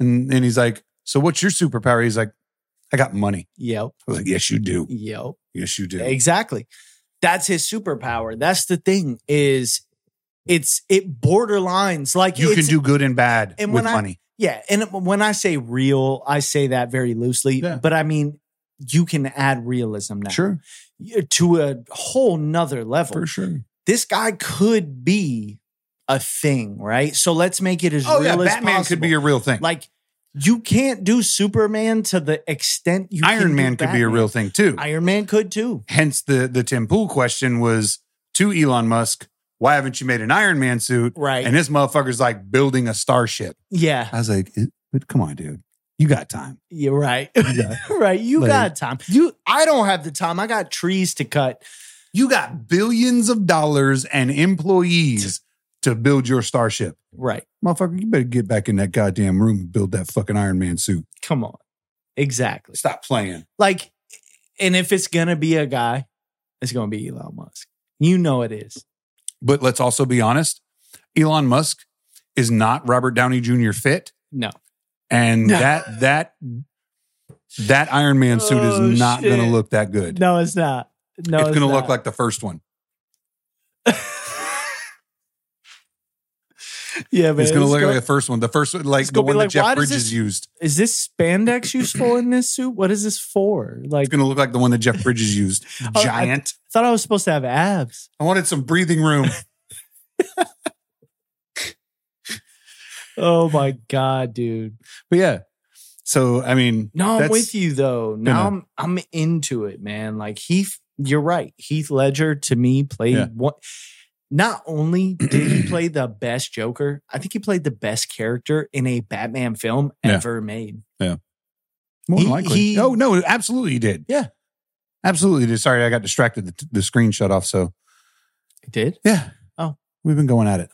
S1: and and he's like, "So what's your superpower?" He's like, "I got money."
S2: Yep.
S1: I was like, "Yes, you do.
S2: Yep.
S1: Yes, you do."
S2: Exactly. That's his superpower. That's the thing is it's it borderlines like
S1: you can
S2: it's-
S1: do good and bad
S2: and
S1: with
S2: when I-
S1: money.
S2: yeah, and when I say real, I say that very loosely,
S1: Yeah.
S2: but I mean you can add realism now
S1: Sure,
S2: to a whole nother level.
S1: for sure.
S2: This guy could be a thing, right? So let's make it as
S1: Oh
S2: real
S1: yeah,
S2: as
S1: Batman
S2: possible.
S1: could be a real thing.
S2: like you can't do Superman to the extent you can
S1: Iron
S2: do
S1: Man could be a
S2: Batman.
S1: real thing too.
S2: Iron Man could too.
S1: Hence the the Tim Pool question was to Elon Musk, why haven't you made an Iron Man suit?
S2: Right.
S1: And this motherfucker's like building a starship.
S2: yeah.
S1: I was like, "It- but come on, dude. You got time.
S2: You're right.
S1: You got,
S2: right. You
S1: Like-
S2: got time. You I don't have the time. I got trees to cut.
S1: you got billions of dollars and employees to build your starship.
S2: Right.
S1: Motherfucker, you better get back in that goddamn room and build that fucking Iron Man suit.
S2: Come on. Exactly.
S1: Stop playing.
S2: Like and if it's going to be a guy, it's going to be Elon Musk. You know it is.
S1: But let's also be honest Elon Musk is not Robert Downey Jr. fit.
S2: No.
S1: and
S2: No.
S1: that that that Iron Man suit
S2: Oh,
S1: is not going to
S2: shit.
S1: look that good.
S2: No, it's not. No,
S1: it's going to
S2: not.
S1: look like the first one.
S2: Yeah, man.
S1: it's going to look
S2: gonna-
S1: like the first one. The first one, like
S2: It's
S1: the
S2: gonna be
S1: one
S2: like,
S1: that Jeff
S2: why does
S1: Bridges
S2: this-
S1: used.
S2: Is this spandex useful in this suit? What is this for? Like
S1: It's going to look like the one that Jeff Bridges used.
S2: Oh, I-
S1: Giant.
S2: I thought I was supposed to have abs.
S1: I wanted some breathing room.
S2: Oh my god, dude.
S1: But yeah, so I mean,
S2: No, I'm
S1: That's-
S2: with you though.
S1: know.
S2: Now I'm I'm into it, man. Like Heath, you're right. Heath Ledger to me played
S1: Yeah.
S2: one. Not only did he play the best Joker, I think he played the best character in a Batman film
S1: Yeah.
S2: ever made.
S1: more than
S2: He-
S1: likely.
S2: he-
S1: oh no, absolutely he did.
S2: Yeah.
S1: absolutely he did. Sorry, I got distracted. The, the screen shut off. So
S2: He did?
S1: yeah.
S2: Oh.
S1: we've been going at it.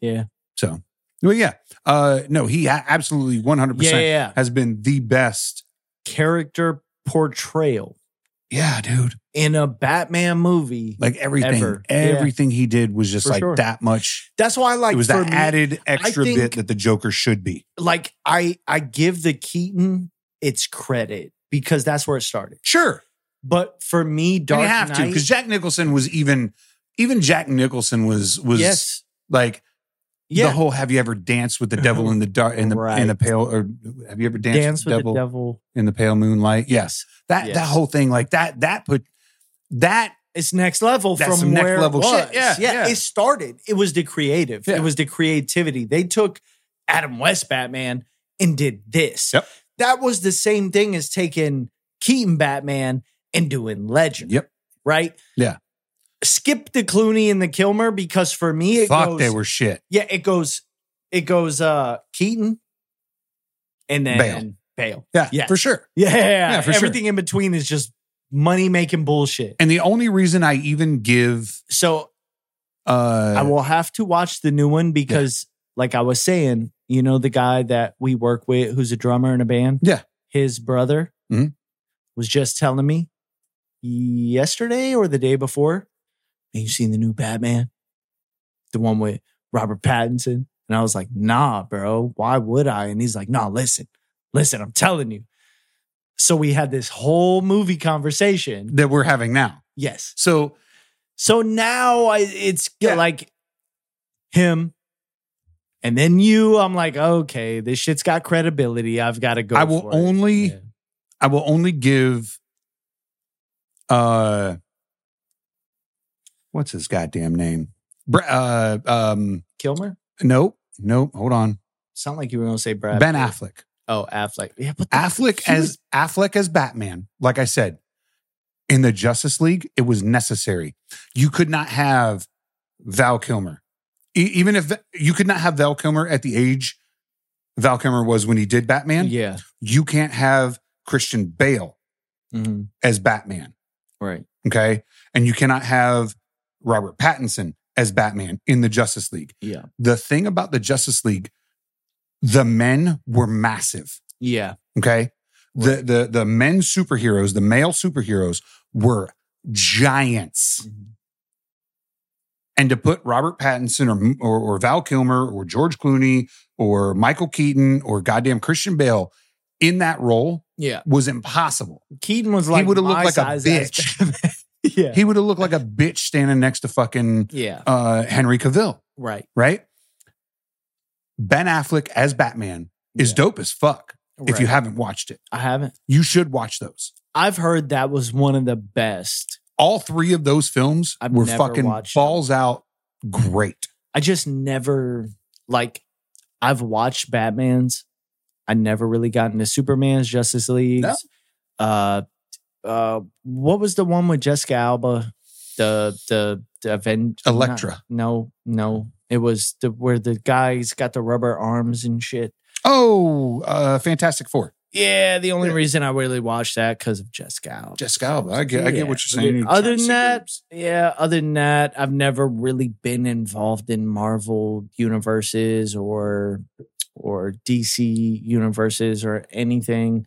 S2: Yeah.
S1: So, well, yeah. Uh, no, he a- absolutely one hundred
S2: Yeah, yeah,
S1: percent
S2: yeah.
S1: has been the best
S2: Character portrayal
S1: Yeah, dude.
S2: in a Batman movie.
S1: Like everything,
S2: Ever. Yeah.
S1: everything he did was just
S2: For
S1: like
S2: sure.
S1: that much.
S2: That's why I like
S1: it was
S2: for
S1: that
S2: me-
S1: added extra
S2: think-
S1: bit that the Joker should be.
S2: like I I give the Keaton its credit because that's where it started.
S1: Sure,
S2: But for me,
S1: do
S2: Dark
S1: you have to
S2: Knight,
S1: because Jack Nicholson was even, even Jack Nicholson was was
S2: yes,
S1: like
S2: yeah,
S1: the whole "Have you ever danced with the
S2: Uh-huh.
S1: devil in the dark in the in the
S2: Right.
S1: pale or Have you ever danced
S2: dance with the devil.
S1: in the pale moonlight?" Yes, that that
S2: Yes.
S1: whole thing like that that put that
S2: It's next level
S1: That's
S2: from
S1: some next
S2: where
S1: level
S2: it was.
S1: shit. Yeah, yeah.
S2: It started. It was the creative.
S1: Yeah.
S2: It was the creativity. They took Adam West Batman and did this.
S1: Yep.
S2: That was the same thing as taking Keaton Batman and doing Legend.
S1: Yep.
S2: Right.
S1: Yeah.
S2: Skip the Clooney and the Kilmer because for me it
S1: fuck
S2: goes,
S1: they were shit.
S2: Yeah, it goes it goes uh Keaton and then
S1: Bale.
S2: Bale.
S1: Yeah,
S2: Yes.
S1: for sure.
S2: Yeah.
S1: for sure.
S2: Everything in between is just money making bullshit.
S1: And the only reason I even give
S2: So
S1: uh
S2: I will have to watch the new one because, like I was saying, you know, the guy that we work with who's a drummer in a band,
S1: Yeah.
S2: his brother
S1: Mhm.
S2: was just telling me yesterday or the day before, Have you seen the new Batman? The one with Robert Pattinson? And I was like, Nah, bro, why would I? And he's like, Nah, listen, listen, I'm telling you. So we had this whole movie conversation.
S1: that we're having now.
S2: Yes.
S1: So
S2: So now I, it's
S1: Yeah.
S2: like him, and then you. I'm like, okay, this shit's got credibility. I've got to go.
S1: I will
S2: for it.
S1: only
S2: Yeah.
S1: I will only give uh what's his goddamn name? Bra- uh um
S2: Kilmer.
S1: nope, nope, hold on.
S2: Sound like you were gonna say Brad
S1: Ben
S2: Pitt.
S1: Affleck.
S2: Oh, Affleck. Yeah, but
S1: Affleck
S2: He
S1: as
S2: was-
S1: Affleck as Batman, like I said, in the Justice League, it was necessary. You could not have Val Kilmer. E- even if you could not have Val Kilmer at the age Val Kilmer was when he did Batman,
S2: yeah,
S1: you can't have Christian Bale
S2: Mhm.
S1: as Batman.
S2: right.
S1: Okay. And you cannot have Robert Pattinson as Batman in the Justice League.
S2: Yeah,
S1: The thing about the Justice League, the men were massive.
S2: yeah,
S1: Okay. The the the men superheroes, the male superheroes were giants.
S2: Mhm.
S1: And to put Robert Pattinson or, or, or Val Kilmer or George Clooney or Michael Keaton or goddamn Christian Bale in that role
S2: Yeah.
S1: was impossible.
S2: Keaton was like,
S1: he would have
S2: my
S1: looked like a
S2: size as
S1: bitch.
S2: Batman. yeah.
S1: He would have looked like a bitch standing next to fucking
S2: yeah.
S1: uh, Henry Cavill,
S2: Right.
S1: right? Ben Affleck as Batman is
S2: Yeah.
S1: dope as fuck. If you
S2: Right.
S1: haven't watched it,
S2: I haven't.
S1: you should watch those.
S2: I've heard that was one of the best.
S1: All three of those films
S2: I've
S1: were
S2: never
S1: fucking
S2: watched
S1: balls out great.
S2: I just never like I've watched Batman's. I never really got into Superman's Justice League.
S1: No.
S2: Uh uh what was the one with Jessica Alba? The the, the Aven-
S1: Elektra.
S2: No, no. It was the where the guy's got the rubber arms and shit.
S1: Oh, uh, Fantastic Four.
S2: Yeah, the only
S1: Yeah.
S2: reason I really watched that because of Jessica Alba.
S1: Jessica Alba. I get, I
S2: Yeah.
S1: get what you're saying. You're trying
S2: Other
S1: to
S2: than
S1: see
S2: that,
S1: boobs.
S2: yeah, other than that, I've never really been involved in Marvel universes or or DC universes or anything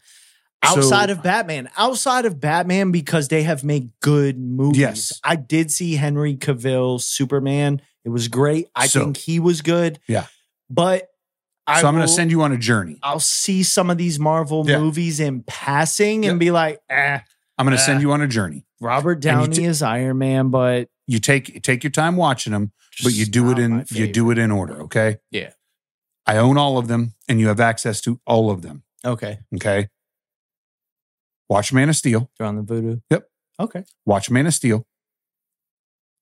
S1: So-
S2: outside of Batman. Outside of Batman because they have made good movies.
S1: Yes.
S2: I did see Henry Cavill Superman. It was great. I
S1: So-
S2: think he was good.
S1: Yeah.
S2: But I
S1: so I'm going
S2: will-
S1: to send you on a journey.
S2: I'll see some of these Marvel
S1: Yeah.
S2: movies in passing and
S1: Yeah.
S2: be like, eh,
S1: I'm going to
S2: Uh,
S1: send you on a journey.
S2: Robert
S1: And you
S2: Downey
S1: t-
S2: is Iron Man, but
S1: You take take your time watching them, but you
S2: just
S1: do it
S2: not my
S1: in you do it in order. Okay.
S2: Yeah.
S1: I own all of them, and you have access to all of them.
S2: favorite. Okay.
S1: Okay. Watch Man of Steel.
S2: They're on the voodoo.
S1: Yep.
S2: Okay.
S1: Watch Man of Steel.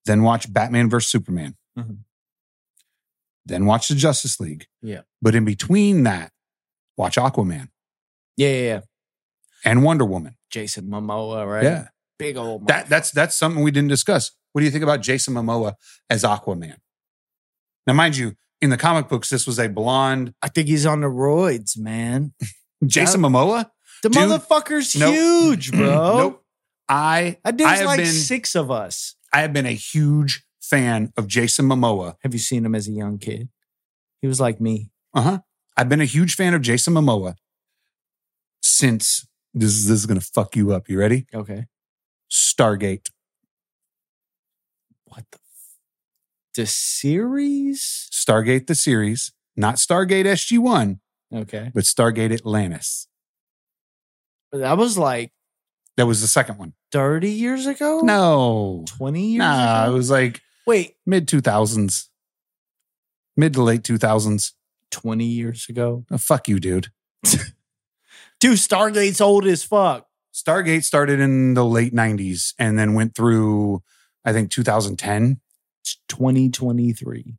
S1: Then watch Batman vs Superman.
S2: Mhm.
S1: Then watch the Justice League.
S2: Yeah.
S1: But in between that, watch Aquaman
S2: Yeah, yeah, yeah.
S1: and Wonder Woman.
S2: Jason Momoa, right?
S1: Yeah.
S2: Big old
S1: That that's that's something we didn't discuss. What do you think about Jason Momoa as Aquaman? Now, mind you, in the comic books, this was a blonde
S2: I think he's on the roids, man.
S1: Jason Momoa.
S2: The
S1: Dude,
S2: motherfucker's
S1: nope.
S2: huge, bro.
S1: nope. I
S2: That dude's
S1: I have
S2: like
S1: been-
S2: six of us.
S1: I have been a huge fan of Jason Momoa.
S2: Have you seen him as a young kid? He was like me.
S1: Uh huh. I've been a huge fan of Jason Momoa since this is this is gonna fuck you up. You ready?
S2: Okay.
S1: Stargate.
S2: What the? F- the series?
S1: Stargate the series, not Stargate SG One,
S2: Okay.
S1: but Stargate Atlantis.
S2: But that was like
S1: That was the second one.
S2: 30 years ago?
S1: No,
S2: 20 Oh. years
S1: nah, it
S2: ago?
S1: was like
S2: Wait,
S1: mid 2000s, mid to late 2000s.
S2: 20 years ago?
S1: Oh, fuck you, dude.
S2: Dude, Stargate's old as fuck.
S1: Stargate started in the late 90s and then went through, I think, 2010.
S2: It's 2023.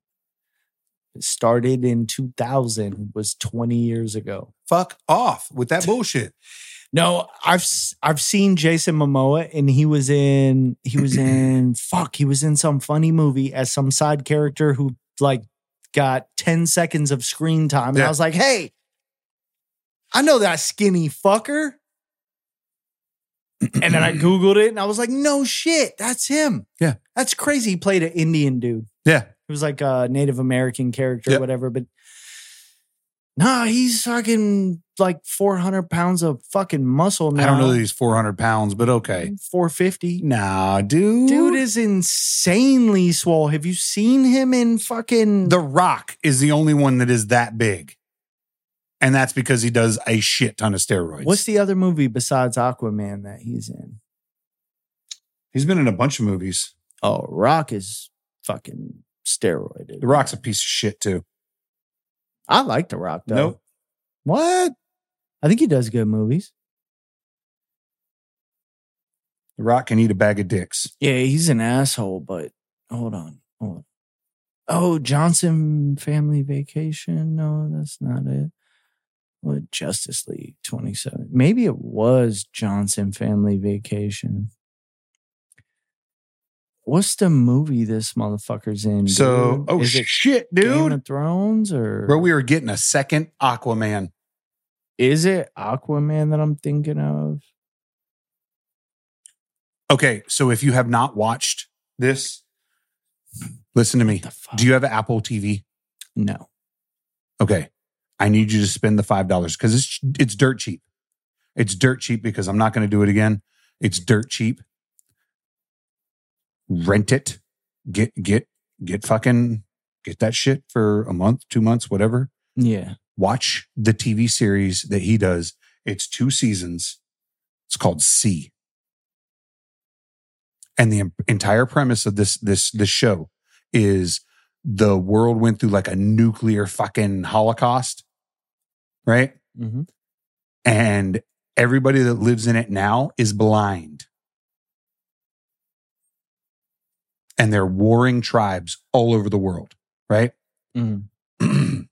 S2: It started in 2000 was 20 years ago.
S1: Fuck off with that bullshit.
S2: No, I've s- I've seen Jason Momoa and he was in he was in fuck, he was in some funny movie as some side character who like got 10 seconds of screen time and I
S1: Yeah.
S2: was like, "Hey, I know that skinny fucker." And then I googled it and I was like, "No shit, that's him."
S1: Yeah.
S2: That's crazy. He played an Indian dude.
S1: Yeah.
S2: He was like a Native American character,
S1: Yep.
S2: whatever. But nah, he's fucking like 400 pounds of fucking muscle now.
S1: I don't know that he's 400 pounds, but okay.
S2: 450.
S1: Nah, dude.
S2: Dude is insanely swole. Have you seen him in fucking.
S1: The Rock is the only one that is that big. And that's because he does a shit ton of steroids.
S2: What's the other movie besides Aquaman that he's in?
S1: he's been in a bunch of movies.
S2: Oh, Rock is fucking steroided.
S1: The Rock's a piece of shit, too.
S2: I like The Rock, though.
S1: Nope.
S2: What? I think he does good movies.
S1: The Rock can eat a bag of dicks.
S2: Yeah, he's an asshole, but hold on. Hold on. Oh, Johnson Family Vacation. No, that's not it. What Justice League 27? Maybe it was Johnson Family Vacation. What's the movie this motherfucker's in?
S1: So,
S2: dude?
S1: oh
S2: is it
S1: shit,
S2: Game
S1: dude.
S2: of Thrones or
S1: Bro, we are getting a second Aquaman.
S2: is it Aquaman that I'm thinking of?
S1: Okay, so if you have not watched this, listen to me.
S2: The fuck?
S1: Do you have an Apple TV?
S2: no?
S1: Okay, I need you to spend the five dollars because it's it's dirt cheap. It's dirt cheap because I'm not going to do it again. It's dirt cheap. Rent it. Get get get fucking get that shit for a month, two months, whatever.
S2: Yeah.
S1: Watch the TV series that he does. It's two seasons. It's called C. And the en- entire premise of this this this show is the world went through like a nuclear fucking holocaust, right?
S2: Mm-hmm.
S1: and everybody that lives in it now is blind. And they're warring tribes all over the world, right?
S2: Mm.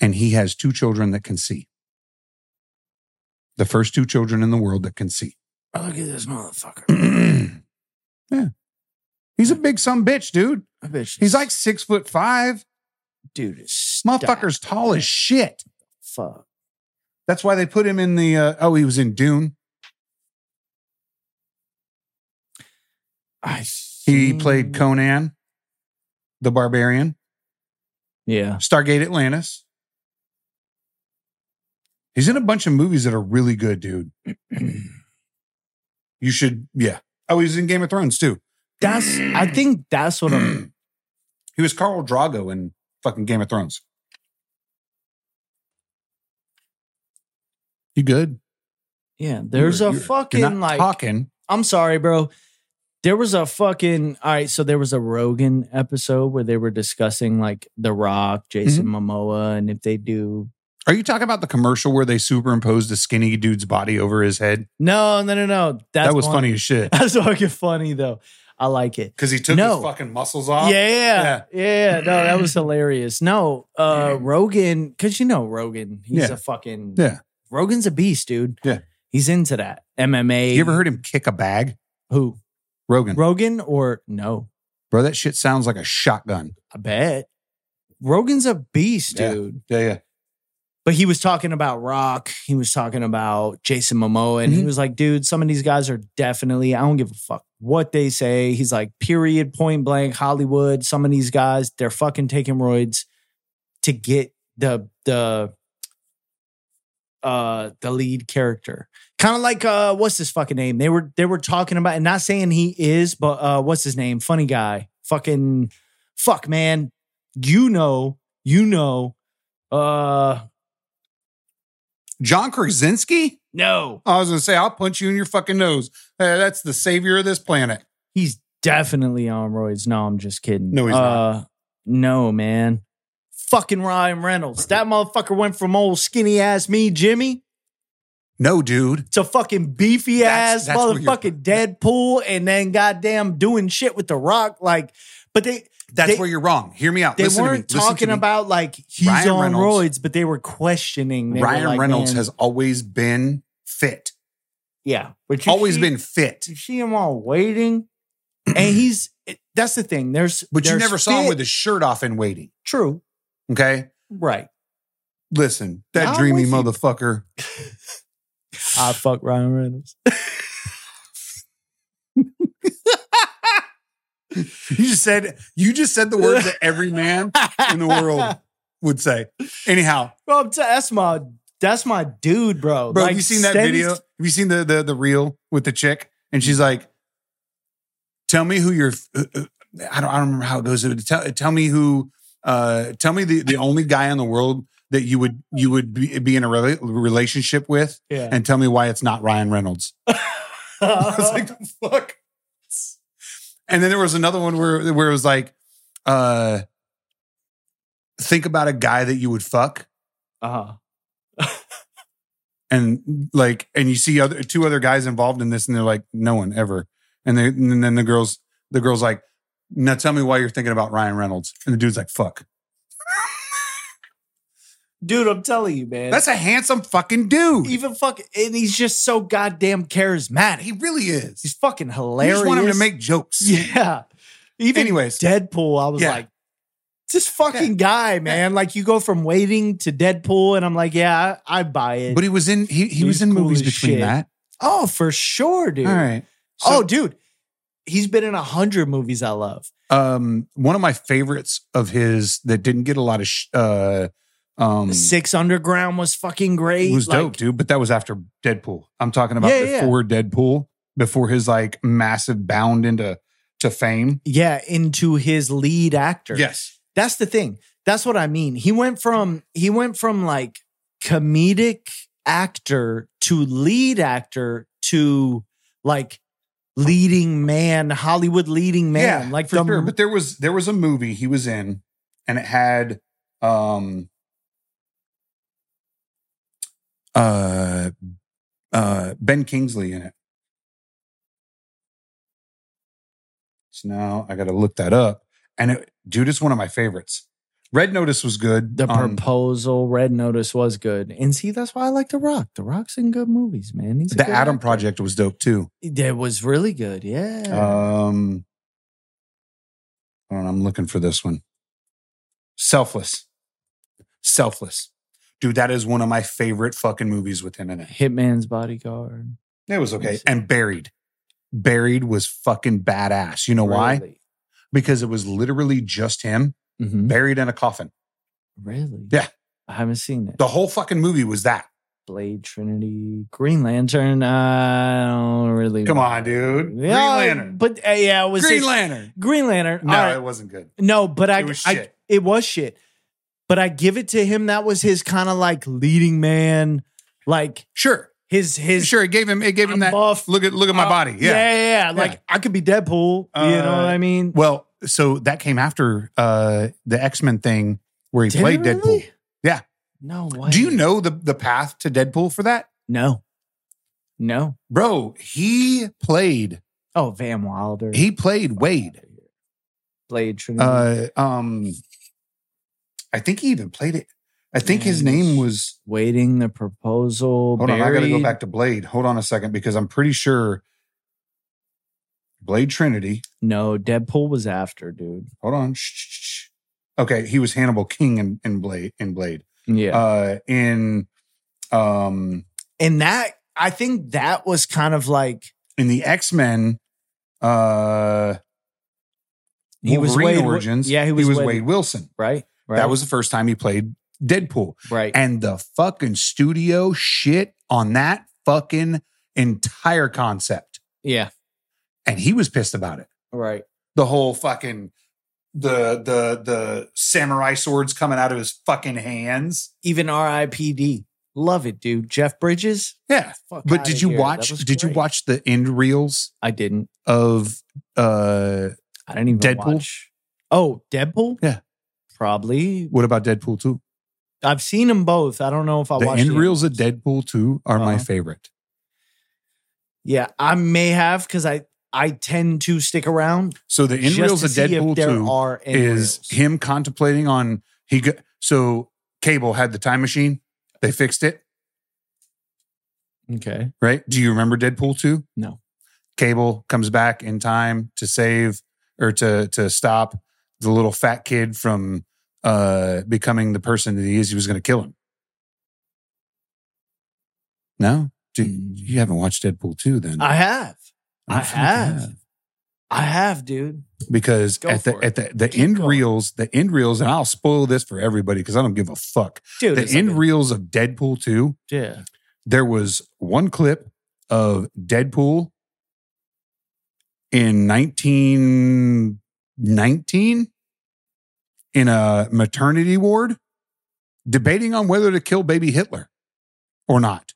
S1: and he has two children that can see. The first two children in the world that can see.
S2: Look at this motherfucker.
S1: yeah. He's a big some bitch, dude.
S2: I bet you
S1: He's like six foot five.
S2: dude is stacked.
S1: Motherfucker's tall as shit.
S2: Fuck.
S1: That's why they put him in the, uh, oh, he was in Dune.
S2: I
S1: He
S2: think-
S1: played Conan the Barbarian,
S2: Yeah.
S1: Stargate Atlantis. He's in a bunch of movies that are really good, dude. You should, yeah. Oh, he's in Game of Thrones too.
S2: That's I think that's what I'm
S1: He was Carl Drago in fucking Game of Thrones. You good?
S2: Yeah, there's
S1: You're-
S2: a
S1: you're-
S2: fucking
S1: You're not
S2: like
S1: talking.
S2: I'm sorry, bro. There was a fucking all right. So there was a Rogan episode where they were discussing like The Rock, Jason
S1: Mm-hmm.
S2: Momoa, and if they do
S1: Are you talking about the commercial where they superimposed a skinny dude's body over his head?
S2: no, no, no, no. That's
S1: that was
S2: one-
S1: funny as shit.
S2: That's fucking funny though. I like it.
S1: Because he took
S2: No.
S1: his fucking muscles off.
S2: yeah, yeah, No, that was hilarious. No, uh, Rogan, because you know Rogan, he's
S1: Yeah.
S2: a fucking
S1: Yeah.
S2: Rogan's a beast, dude.
S1: Yeah.
S2: he's into that MMA.
S1: You ever heard him kick a bag?
S2: who
S1: Rogan.
S2: Rogan or no?
S1: Bro, that shit sounds like a shotgun.
S2: I bet. Rogan's a beast,
S1: Yeah.
S2: dude.
S1: Yeah, yeah.
S2: But he was talking about Rock. He was talking about Jason Momoa. And he
S1: Mhm.
S2: was like, dude, some of these guys are definitely, I don't give a fuck what they say. He's like, period, point blank, Hollywood. Some of these guys, they're fucking taking roids to get the, the, uh the lead character kind of like uh what's his fucking name they were they were talking about and not saying he is but uh what's his name funny guy fucking fuck man you know you know uh
S1: John Krasinski?
S2: no
S1: I was going to say, I'll punch you in your fucking nose. Uh, that's the savior of this planet.
S2: he's definitely on roids no i'm just kidding
S1: No, he's
S2: uh,
S1: not.
S2: no man fucking ryan reynolds that motherfucker went from old skinny ass me jimmy
S1: No, dude.
S2: to fucking beefy
S1: That's-
S2: ass
S1: that's what you're-
S2: motherfucking Deadpool and then goddamn doing shit with The Rock. Like, but they
S1: That's
S2: They-
S1: where you're wrong. Hear me out.
S2: they
S1: Listen to me.
S2: weren't
S1: Listen to
S2: talking
S1: me.
S2: about like he's
S1: Ryan
S2: on
S1: Reynolds-
S2: roids, but they were questioning. They were
S1: Ryan
S2: like,
S1: Reynolds
S2: man,
S1: has always been fit.
S2: yeah, but you
S1: Always
S2: see-
S1: been fit.
S2: You see him all waiting, and he's it- that's the thing. There's
S1: But you
S2: there's
S1: never saw him
S2: fit-
S1: with his shirt off and waiting.
S2: true
S1: Okay?
S2: right.
S1: Listen, that
S2: I'm
S1: dreamy
S2: with you.
S1: motherfucker.
S2: I fuck Ryan Reynolds.
S1: You just said you just said the words that every man in the world would say. Anyhow,
S2: bro, I'm t- that's my that's my dude, bro.
S1: Bro,
S2: Like,
S1: have you seen that
S2: send-
S1: video? Have you seen the the the reel with the chick? And she's like, "Tell me who your uh, uh, I don't I don't remember how it goes. Tell, tell me who uh tell me the the only guy in the world that you would you would be, be in a rela- relationship with
S2: Yeah.
S1: and tell me why it's not Ryan Reynolds." I was like, "The fuck." And then there was another one where where it was like uh think about a guy that you would fuck
S2: uh-huh.
S1: and like and you see other two other guys involved in this and they're like no one ever and, they, and then the girls the girls like now tell me why you're thinking about ryan reynolds and the dude's like fuck
S2: dude, I'm telling you, man.
S1: that's a handsome fucking dude
S2: even fuck, and he's just so goddamn charismatic.
S1: he really is
S2: He's fucking
S1: you
S2: hilarious.
S1: just want him to make jokes
S2: yeah. Even
S1: anyways
S2: Deadpool, I was
S1: Yeah.
S2: like, this fucking guy, man. Like you go from waiting to Deadpool, and I'm like, yeah, I, I buy it.
S1: but he was in he, he
S2: He's
S1: was in
S2: cool
S1: movies
S2: as
S1: between
S2: shit.
S1: that
S2: oh, for sure, dude.
S1: all right
S2: oh,
S1: So,
S2: dude, he's been in a hundred movies I love.
S1: um one of my favorites of his that didn't get a lot of sh- uh um
S2: Six Underground was fucking great.
S1: It was
S2: Like,
S1: dope, dude. But that was after Deadpool. I'm talking about
S2: Yeah, yeah, yeah.
S1: before Deadpool, before his like massive bound into to fame.
S2: yeah, into his lead actor.
S1: Yes.
S2: That's the thing. That's what I mean. He went from he went from like comedic actor to lead actor to like leading man, Hollywood leading man.
S1: yeah,
S2: like
S1: for
S2: the-
S1: sure. But there was there was a movie he was in, and it had um uh uh Ben Kingsley in it. So now I got to look that up. And it, dude, it's one of my favorites. Red Notice was good.
S2: the
S1: Um,
S2: proposal, Red Notice was good. And see, that's why I like The Rock. The Rock's in good movies, man. He's a
S1: the
S2: good
S1: Adam
S2: actor.
S1: Project was dope too.
S2: That was really good. Yeah.
S1: Um, hold on, I'm looking for this one. Selfless. Selfless. Dude, that is one of my favorite fucking movies with him in it.
S2: Hitman's Bodyguard.
S1: It was okay. And Buried. Buried was fucking badass. You know why?
S2: Really?
S1: Because it was literally just him
S2: Mhm.
S1: buried in a coffin.
S2: Really?
S1: Yeah.
S2: I haven't seen it.
S1: The whole fucking movie was that.
S2: Blade Trinity, Green Lantern. I don't really.
S1: Come on, dude. Green
S2: Yeah,
S1: Lantern.
S2: But uh, yeah, it was
S1: Green
S2: just-
S1: Lantern.
S2: Green Lantern.
S1: No,
S2: all right.
S1: it wasn't good.
S2: no, but I
S1: it was
S2: I-
S1: shit.
S2: it was shit. But I give it to him. That was his kind of like leading man, like
S1: Sure.
S2: his his
S1: Sure. It gave him it gave him
S2: I'm
S1: that
S2: buff.
S1: look at look at my
S2: Uh,
S1: body.
S2: yeah, yeah, yeah. Like
S1: Yeah.
S2: I could be Deadpool. you know
S1: Uh,
S2: what I mean?
S1: Well, so that came after uh the X Men thing where he
S2: Did it
S1: played
S2: really?
S1: Deadpool. Yeah.
S2: No way.
S1: Do you know the the path to Deadpool for that,
S2: No. No.
S1: bro? He played
S2: Oh, Van Wilder.
S1: he played Wade.
S2: Blade Trinity.
S1: Uh, um, I think he even played it. I think his name was.
S2: Waiting the proposal.
S1: Hold on, I gotta go
S2: Buried.
S1: back to Blade. Hold on a second because I'm pretty sure Blade Trinity.
S2: No, Deadpool was after, dude.
S1: Hold on. Shh, shh, shh. Okay, he was Hannibal King in, in Blade. In Blade.
S2: Yeah.
S1: Uh, in um
S2: and that, I think that was kind of like
S1: in the X Men, uh,
S2: he was
S1: Wolverine
S2: Wade,
S1: origins.
S2: Yeah, he was, Wade,
S1: Wilson.
S2: Right. Right.
S1: That was the first time he played Deadpool,
S2: right.
S1: and the fucking studio shit on that fucking entire concept,
S2: yeah.
S1: and he was pissed about it.
S2: Right.
S1: The whole fucking the the the samurai swords coming out of his fucking hands.
S2: Even R.I.P.D. Love it, dude. Jeff Bridges.
S1: Yeah,
S2: Fuck
S1: but
S2: outta
S1: did you
S2: here. That
S1: watch?
S2: was
S1: Did you
S2: great.
S1: watch the end reels
S2: I didn't.
S1: of uh?
S2: I didn't even
S1: Deadpool?
S2: watch. Oh, Deadpool.
S1: Yeah.
S2: Probably.
S1: What about Deadpool two?
S2: I've seen them both. I don't know if I
S1: The
S2: watched
S1: end
S2: it.
S1: reels of Deadpool two are my
S2: Uh-huh.
S1: favorite.
S2: Yeah, I may have because I I tend to stick around.
S1: So the end
S2: just
S1: reels
S2: to
S1: of
S2: see if
S1: Deadpool
S2: there
S1: two
S2: are end
S1: is
S2: reels.
S1: him contemplating on he. Go, so Cable had the time machine. They fixed it,
S2: Okay.
S1: right? Do you remember Deadpool two?
S2: No.
S1: Cable comes back in time to save or to to stop the little fat kid from uh becoming the person that he is. He was going to kill him. No, Do,
S2: Mm.
S1: you haven't watched Deadpool two then?
S2: I have. I
S1: don't think you
S2: have. I have, dude.
S1: because
S2: Go
S1: at the
S2: for it.
S1: at the the
S2: Keep
S1: end
S2: going.
S1: reels, the end reels, and I'll spoil this for everybody because I don't give a fuck.
S2: Dude,
S1: the
S2: it's like
S1: end
S2: a-
S1: reels of Deadpool 2,
S2: yeah.
S1: there was one clip of Deadpool in 1919 in a maternity ward debating on whether to kill baby Hitler or not.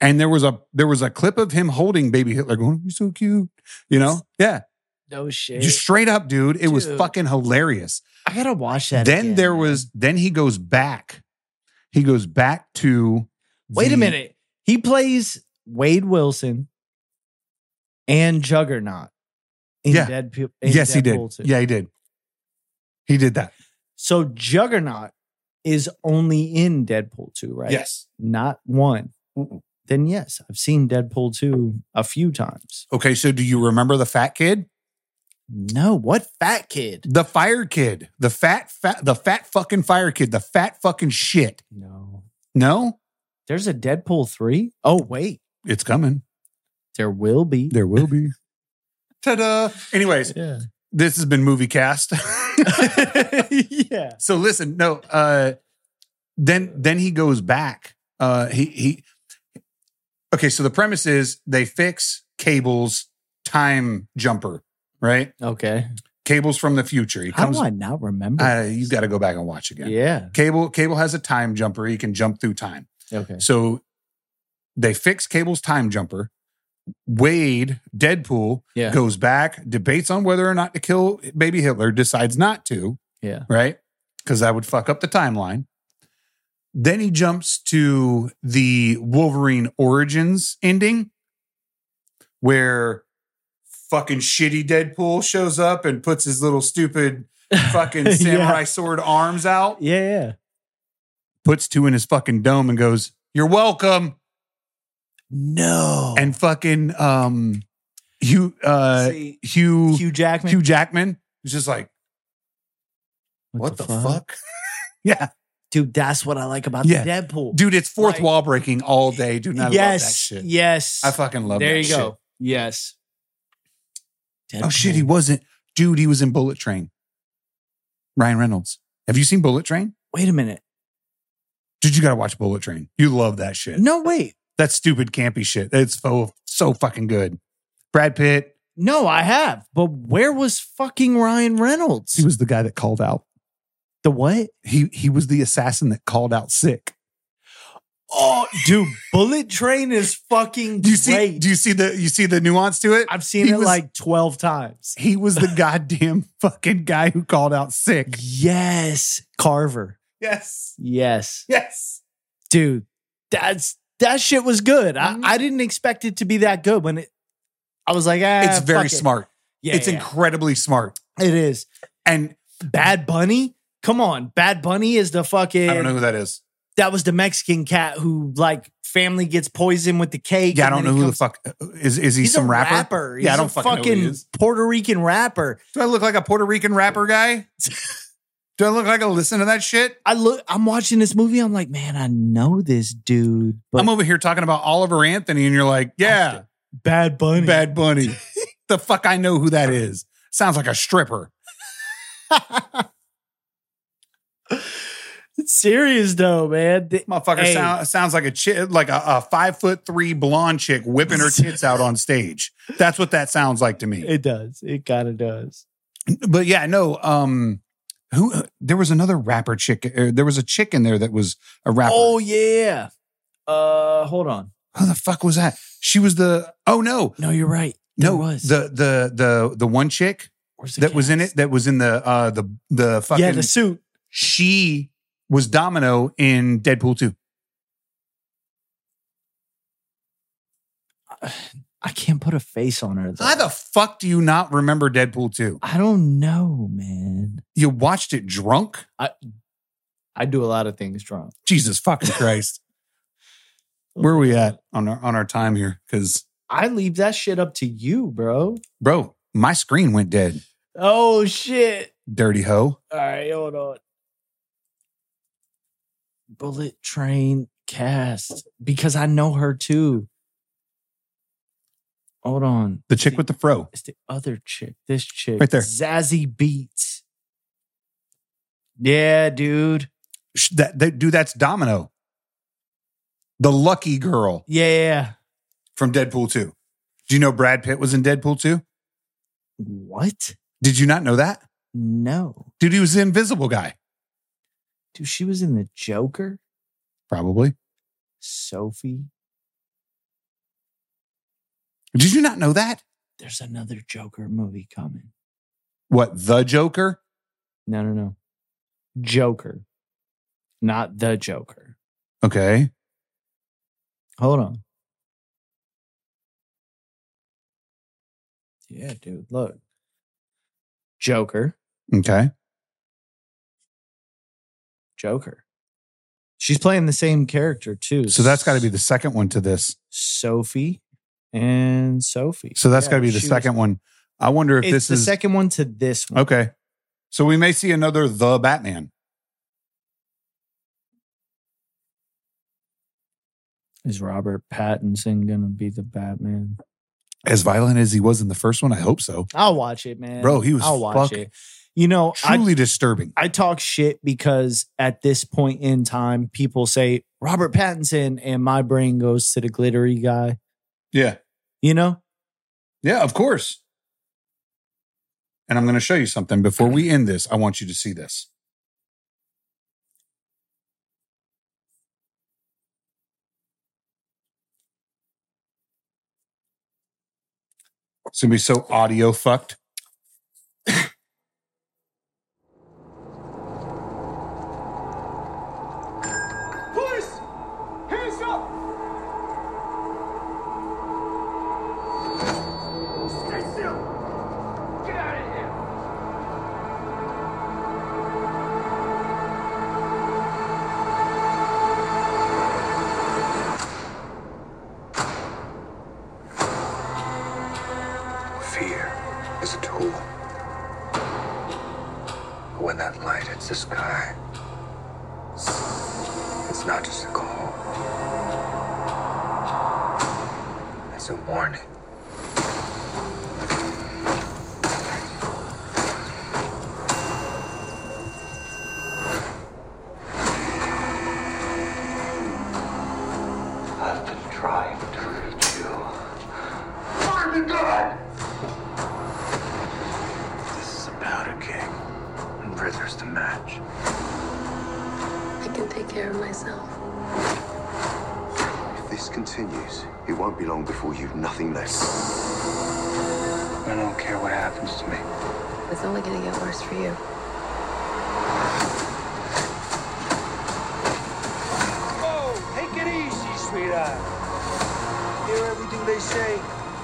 S1: And there was a there was a clip of him holding baby Hitler going, You're so cute. You know? Yeah.
S2: No shit.
S1: Just straight up, dude. It was
S2: Dude.
S1: fucking hilarious
S2: I gotta watch that.
S1: then
S2: again,
S1: there
S2: man.
S1: was then he goes back he goes back to
S2: Wait
S1: the-
S2: a minute. He plays Wade Wilson and Juggernaut in
S1: Yeah.
S2: Deadpool. in
S1: yes he did
S2: Deadpool 2.
S1: yeah he did he did that
S2: So Juggernaut is only in Deadpool 2, right?
S1: yes
S2: Not one.
S1: Mm-mm.
S2: Then yes, I've seen Deadpool 2 a few times.
S1: okay so do you remember the fat kid
S2: No, what fat kid?
S1: the fire kid the fat fat the fat fucking fire kid the fat fucking shit
S2: No.
S1: no
S2: There's a Deadpool 3? Oh, wait.
S1: it's coming
S2: There will be.
S1: there will be ta-da anyways
S2: Yeah.
S1: this has been movie cast
S2: yeah.
S1: So listen, no, uh then then he goes back. Uh he he Okay, so the premise is they fix Cable's time jumper right?
S2: Okay.
S1: Cables from the future. He
S2: How
S1: comes.
S2: do I not remember?
S1: uh, you got to go back and watch again.
S2: yeah.
S1: Cable Cable has a time jumper. He can jump through time.
S2: Okay.
S1: So they fix Cable's time jumper. Wade, Deadpool,
S2: Yeah.
S1: goes back, debates on whether or not to kill baby Hitler, decides not to,
S2: Yeah.
S1: right? Because that would fuck up the timeline. Then he jumps to the Wolverine Origins ending where fucking shitty Deadpool shows up and puts his little stupid fucking
S2: Yeah.
S1: samurai sword arms out
S2: Yeah. Yeah.
S1: puts two in his fucking dome and goes, "You're welcome."
S2: No.
S1: And fucking um, Hugh uh,
S2: See,
S1: Hugh Hugh,
S2: Hugh Jackman.
S1: Jackman is just like, "What, the, fuck? yeah,
S2: dude? That's what I like about
S1: Yeah.
S2: the Deadpool.
S1: dude, it's fourth
S2: Like-
S1: wall breaking all day, dude. and I
S2: yes.
S1: love that shit.
S2: Yes.
S1: I fucking love.
S2: there
S1: that
S2: you
S1: shit.
S2: go. Yes.
S1: Oh shit, he wasn't, dude. He was in Bullet Train. Ryan Reynolds. Have you seen Bullet Train?
S2: Wait a minute.
S1: Dude, you gotta watch Bullet Train. You love that shit.
S2: No, wait.
S1: That stupid campy shit. It's so so fucking good. Brad Pitt.
S2: No, I have. But where was fucking Ryan
S1: He
S2: Reynolds?
S1: was the guy that called out.
S2: The what?
S1: he he was the assassin that called out sick.
S2: Oh, dude, Bullet Train is fucking
S1: Do you see?
S2: great.
S1: Do you see the you see the nuance to it?
S2: I've seen
S1: He
S2: it
S1: was-
S2: like 12 times.
S1: He was the goddamn fucking guy who called out sick.
S2: Yes. Carver.
S1: Yes,
S2: Yes.
S1: yes.
S2: Dude, that's that shit was good. I, I didn't expect it to be that good when it I was like, ah,
S1: It's very
S2: fuck it.
S1: smart.
S2: Yeah,
S1: it's
S2: yeah.
S1: incredibly smart.
S2: it is.
S1: And
S2: Bad Bunny? Come on. Bad Bunny is the fucking
S1: I don't know who that is.
S2: that was the Mexican cat who like family gets poisoned with the cake.
S1: Yeah, I don't
S2: and then
S1: know who
S2: he
S1: the
S2: comes-
S1: fuck is. Is he
S2: He's
S1: some
S2: a
S1: rapper?
S2: He's
S1: Yeah, I
S2: a
S1: don't fucking know who he is.
S2: Puerto Rican rapper.
S1: Do I look like a Puerto Rican rapper guy? Do I look like I listen to that shit?
S2: I look. I'm watching this movie. I'm like, man, I know this dude, but
S1: I'm over here talking about Oliver Anthony, and you're like, yeah,
S2: Bad Bunny.
S1: Bad Bunny. the fuck I know who that is. Sounds like a stripper.
S2: It's serious though, man. Th-
S1: Motherfucker
S2: Hey.
S1: sound, sounds like a chick, like a, a five foot three blonde chick whipping her tits out on stage. That's what that sounds like to me.
S2: It does. It kind of does.
S1: But yeah, no. Um, who? There was another rapper chick. Er, there was a chick in there that was a rapper.
S2: Oh yeah. Uh, hold on.
S1: Who the fuck was that? She was the. Oh no,
S2: No, you're right.
S1: no.
S2: There was.
S1: The the the the one chick
S2: Where's
S1: that was in
S2: cast?
S1: it. That was in the uh the the fucking.
S2: Yeah, the suit.
S1: she was Domino in Deadpool two.
S2: I can't put a face on her. Though.
S1: How the fuck do you not remember Deadpool two?
S2: I don't know, man.
S1: You watched it drunk.
S2: I do a lot of things drunk.
S1: Jesus fucking Christ. Where are we at on our on our time here? Because
S2: I leave that shit up to you, bro.
S1: bro, my screen went dead.
S2: Oh shit.
S1: Dirty hoe.
S2: All right, hold on. Bullet Train cast because I know her too. Hold on.
S1: The chick with the fro.
S2: It's the other chick. This chick.
S1: Right there.
S2: Zazzy Beats. Yeah, dude.
S1: Sh- That, that dude, that's Domino. The lucky girl
S2: Yeah.
S1: from Deadpool 2. Do you know Brad Pitt was in Deadpool 2?
S2: What?
S1: Did you not know that?
S2: No.
S1: Dude, he was the invisible guy.
S2: Dude, she was in the Joker.
S1: Probably.
S2: Sophie.
S1: Did you not know that?
S2: There's another Joker movie coming.
S1: What, the Joker?
S2: No, no, no. Joker. Not the Joker.
S1: Okay.
S2: Hold on. Yeah, dude. Look. Joker.
S1: Okay.
S2: Joker. She's playing the same character too.
S1: So that's got to be the second one to this.
S2: Sophie and Sophie.
S1: So that's
S2: Yeah,
S1: got to be the
S2: she was-
S1: second one. I wonder if
S2: It's
S1: this
S2: the
S1: is
S2: second one to this one.
S1: Okay. So we may see another The Batman. Oh.
S2: Is Robert Pattinson gonna be the Batman?
S1: As violent as he was in the first one, I hope so.
S2: I'll watch it, man.
S1: Bro, he was
S2: I'll watch
S1: fuck-
S2: it. You know, I
S1: Truly disturbing.
S2: I talk shit because at this point in time, people say Robert Pattinson, and my brain goes to the glittery guy.
S1: Yeah.
S2: You know,
S1: Yeah, of course. and I'm going to show you something. Before we end this, I want you to see this. It's going to be so audio fucked.
S3: Police! Hands up! Stay still! Get out of here!
S4: Fear is a tool. But when that light hits the sky, it's not just a call, it's a warning. I've been trying to reach you. Find the gun! This is a powder keg, and Rither's the match.
S5: I can take care of myself.
S6: If this continues, it won't be long before you've nothing left.
S4: I don't care what happens to me.
S5: It's only gonna get worse for you.
S7: Oh, take it easy, sweetheart. Hear everything they say,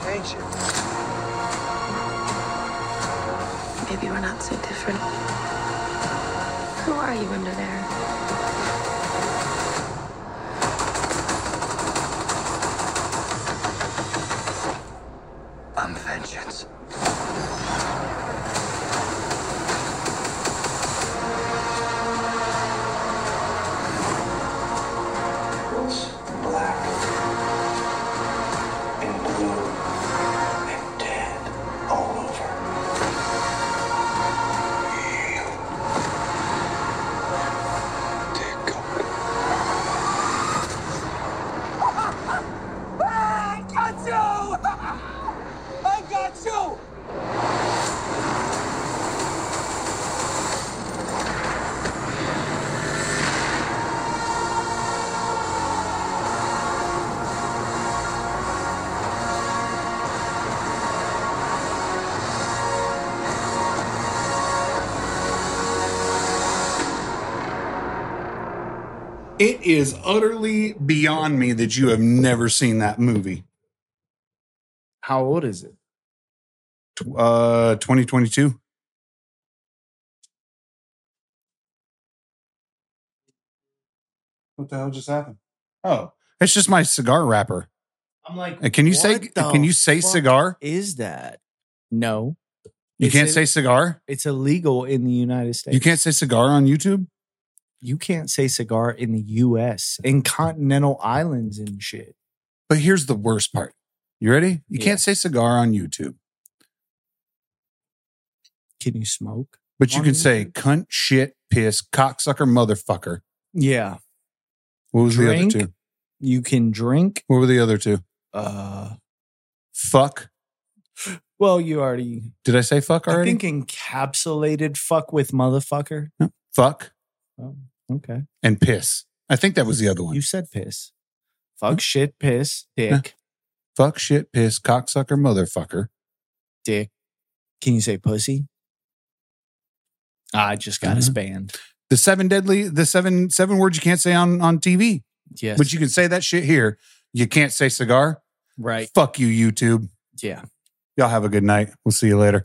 S7: ain't you?
S5: Maybe we're not so different. Who are you under there?
S4: I'm vengeance. It's black and blue and dead all over. You take over.
S7: I got you! I got you!
S1: It is utterly beyond me that you have never seen that movie.
S2: How old is it?
S1: Tw- Uh, 2022. What the hell just happened? Oh, it's just my cigar wrapper.
S2: I'm like,
S1: Uh, Can you say?
S2: what the
S1: Can you say
S2: fuck
S1: cigar?
S2: Is that no?
S1: You
S2: Is
S1: can't
S2: it-
S1: say cigar.
S2: It's illegal in the United States.
S1: You can't say cigar on YouTube.
S2: You can't say cigar in the U.S. in continental islands and shit.
S1: But here's the worst part. You ready? You
S2: Yeah.
S1: can't say cigar on YouTube,
S2: Can you smoke?
S1: but you
S2: On
S1: can say
S2: YouTube?
S1: cunt, shit, piss, cocksucker, motherfucker.
S2: Yeah,
S1: What was
S2: Drink?
S1: the other two?
S2: you can drink.
S1: What were the other two?
S2: Uh,
S1: Fuck.
S2: well, you already.
S1: Did I say fuck already?
S2: I think encapsulated fuck with motherfucker.
S1: fuck
S2: Oh, okay.
S1: and piss. I think that was the other one.
S2: You said piss. Fuck shit, piss, dick,
S1: fuck, shit, piss, cocksucker, motherfucker.
S2: dick. Can you say pussy? I just got us
S1: Uh-huh.
S2: banned.
S1: The seven deadly, the seven seven words you can't say on on TV,
S2: Yes.
S1: but you can say that shit here. You can't say cigar.
S2: right.
S1: Fuck you, YouTube.
S2: Yeah.
S1: Y'all have a good night. We'll see you later.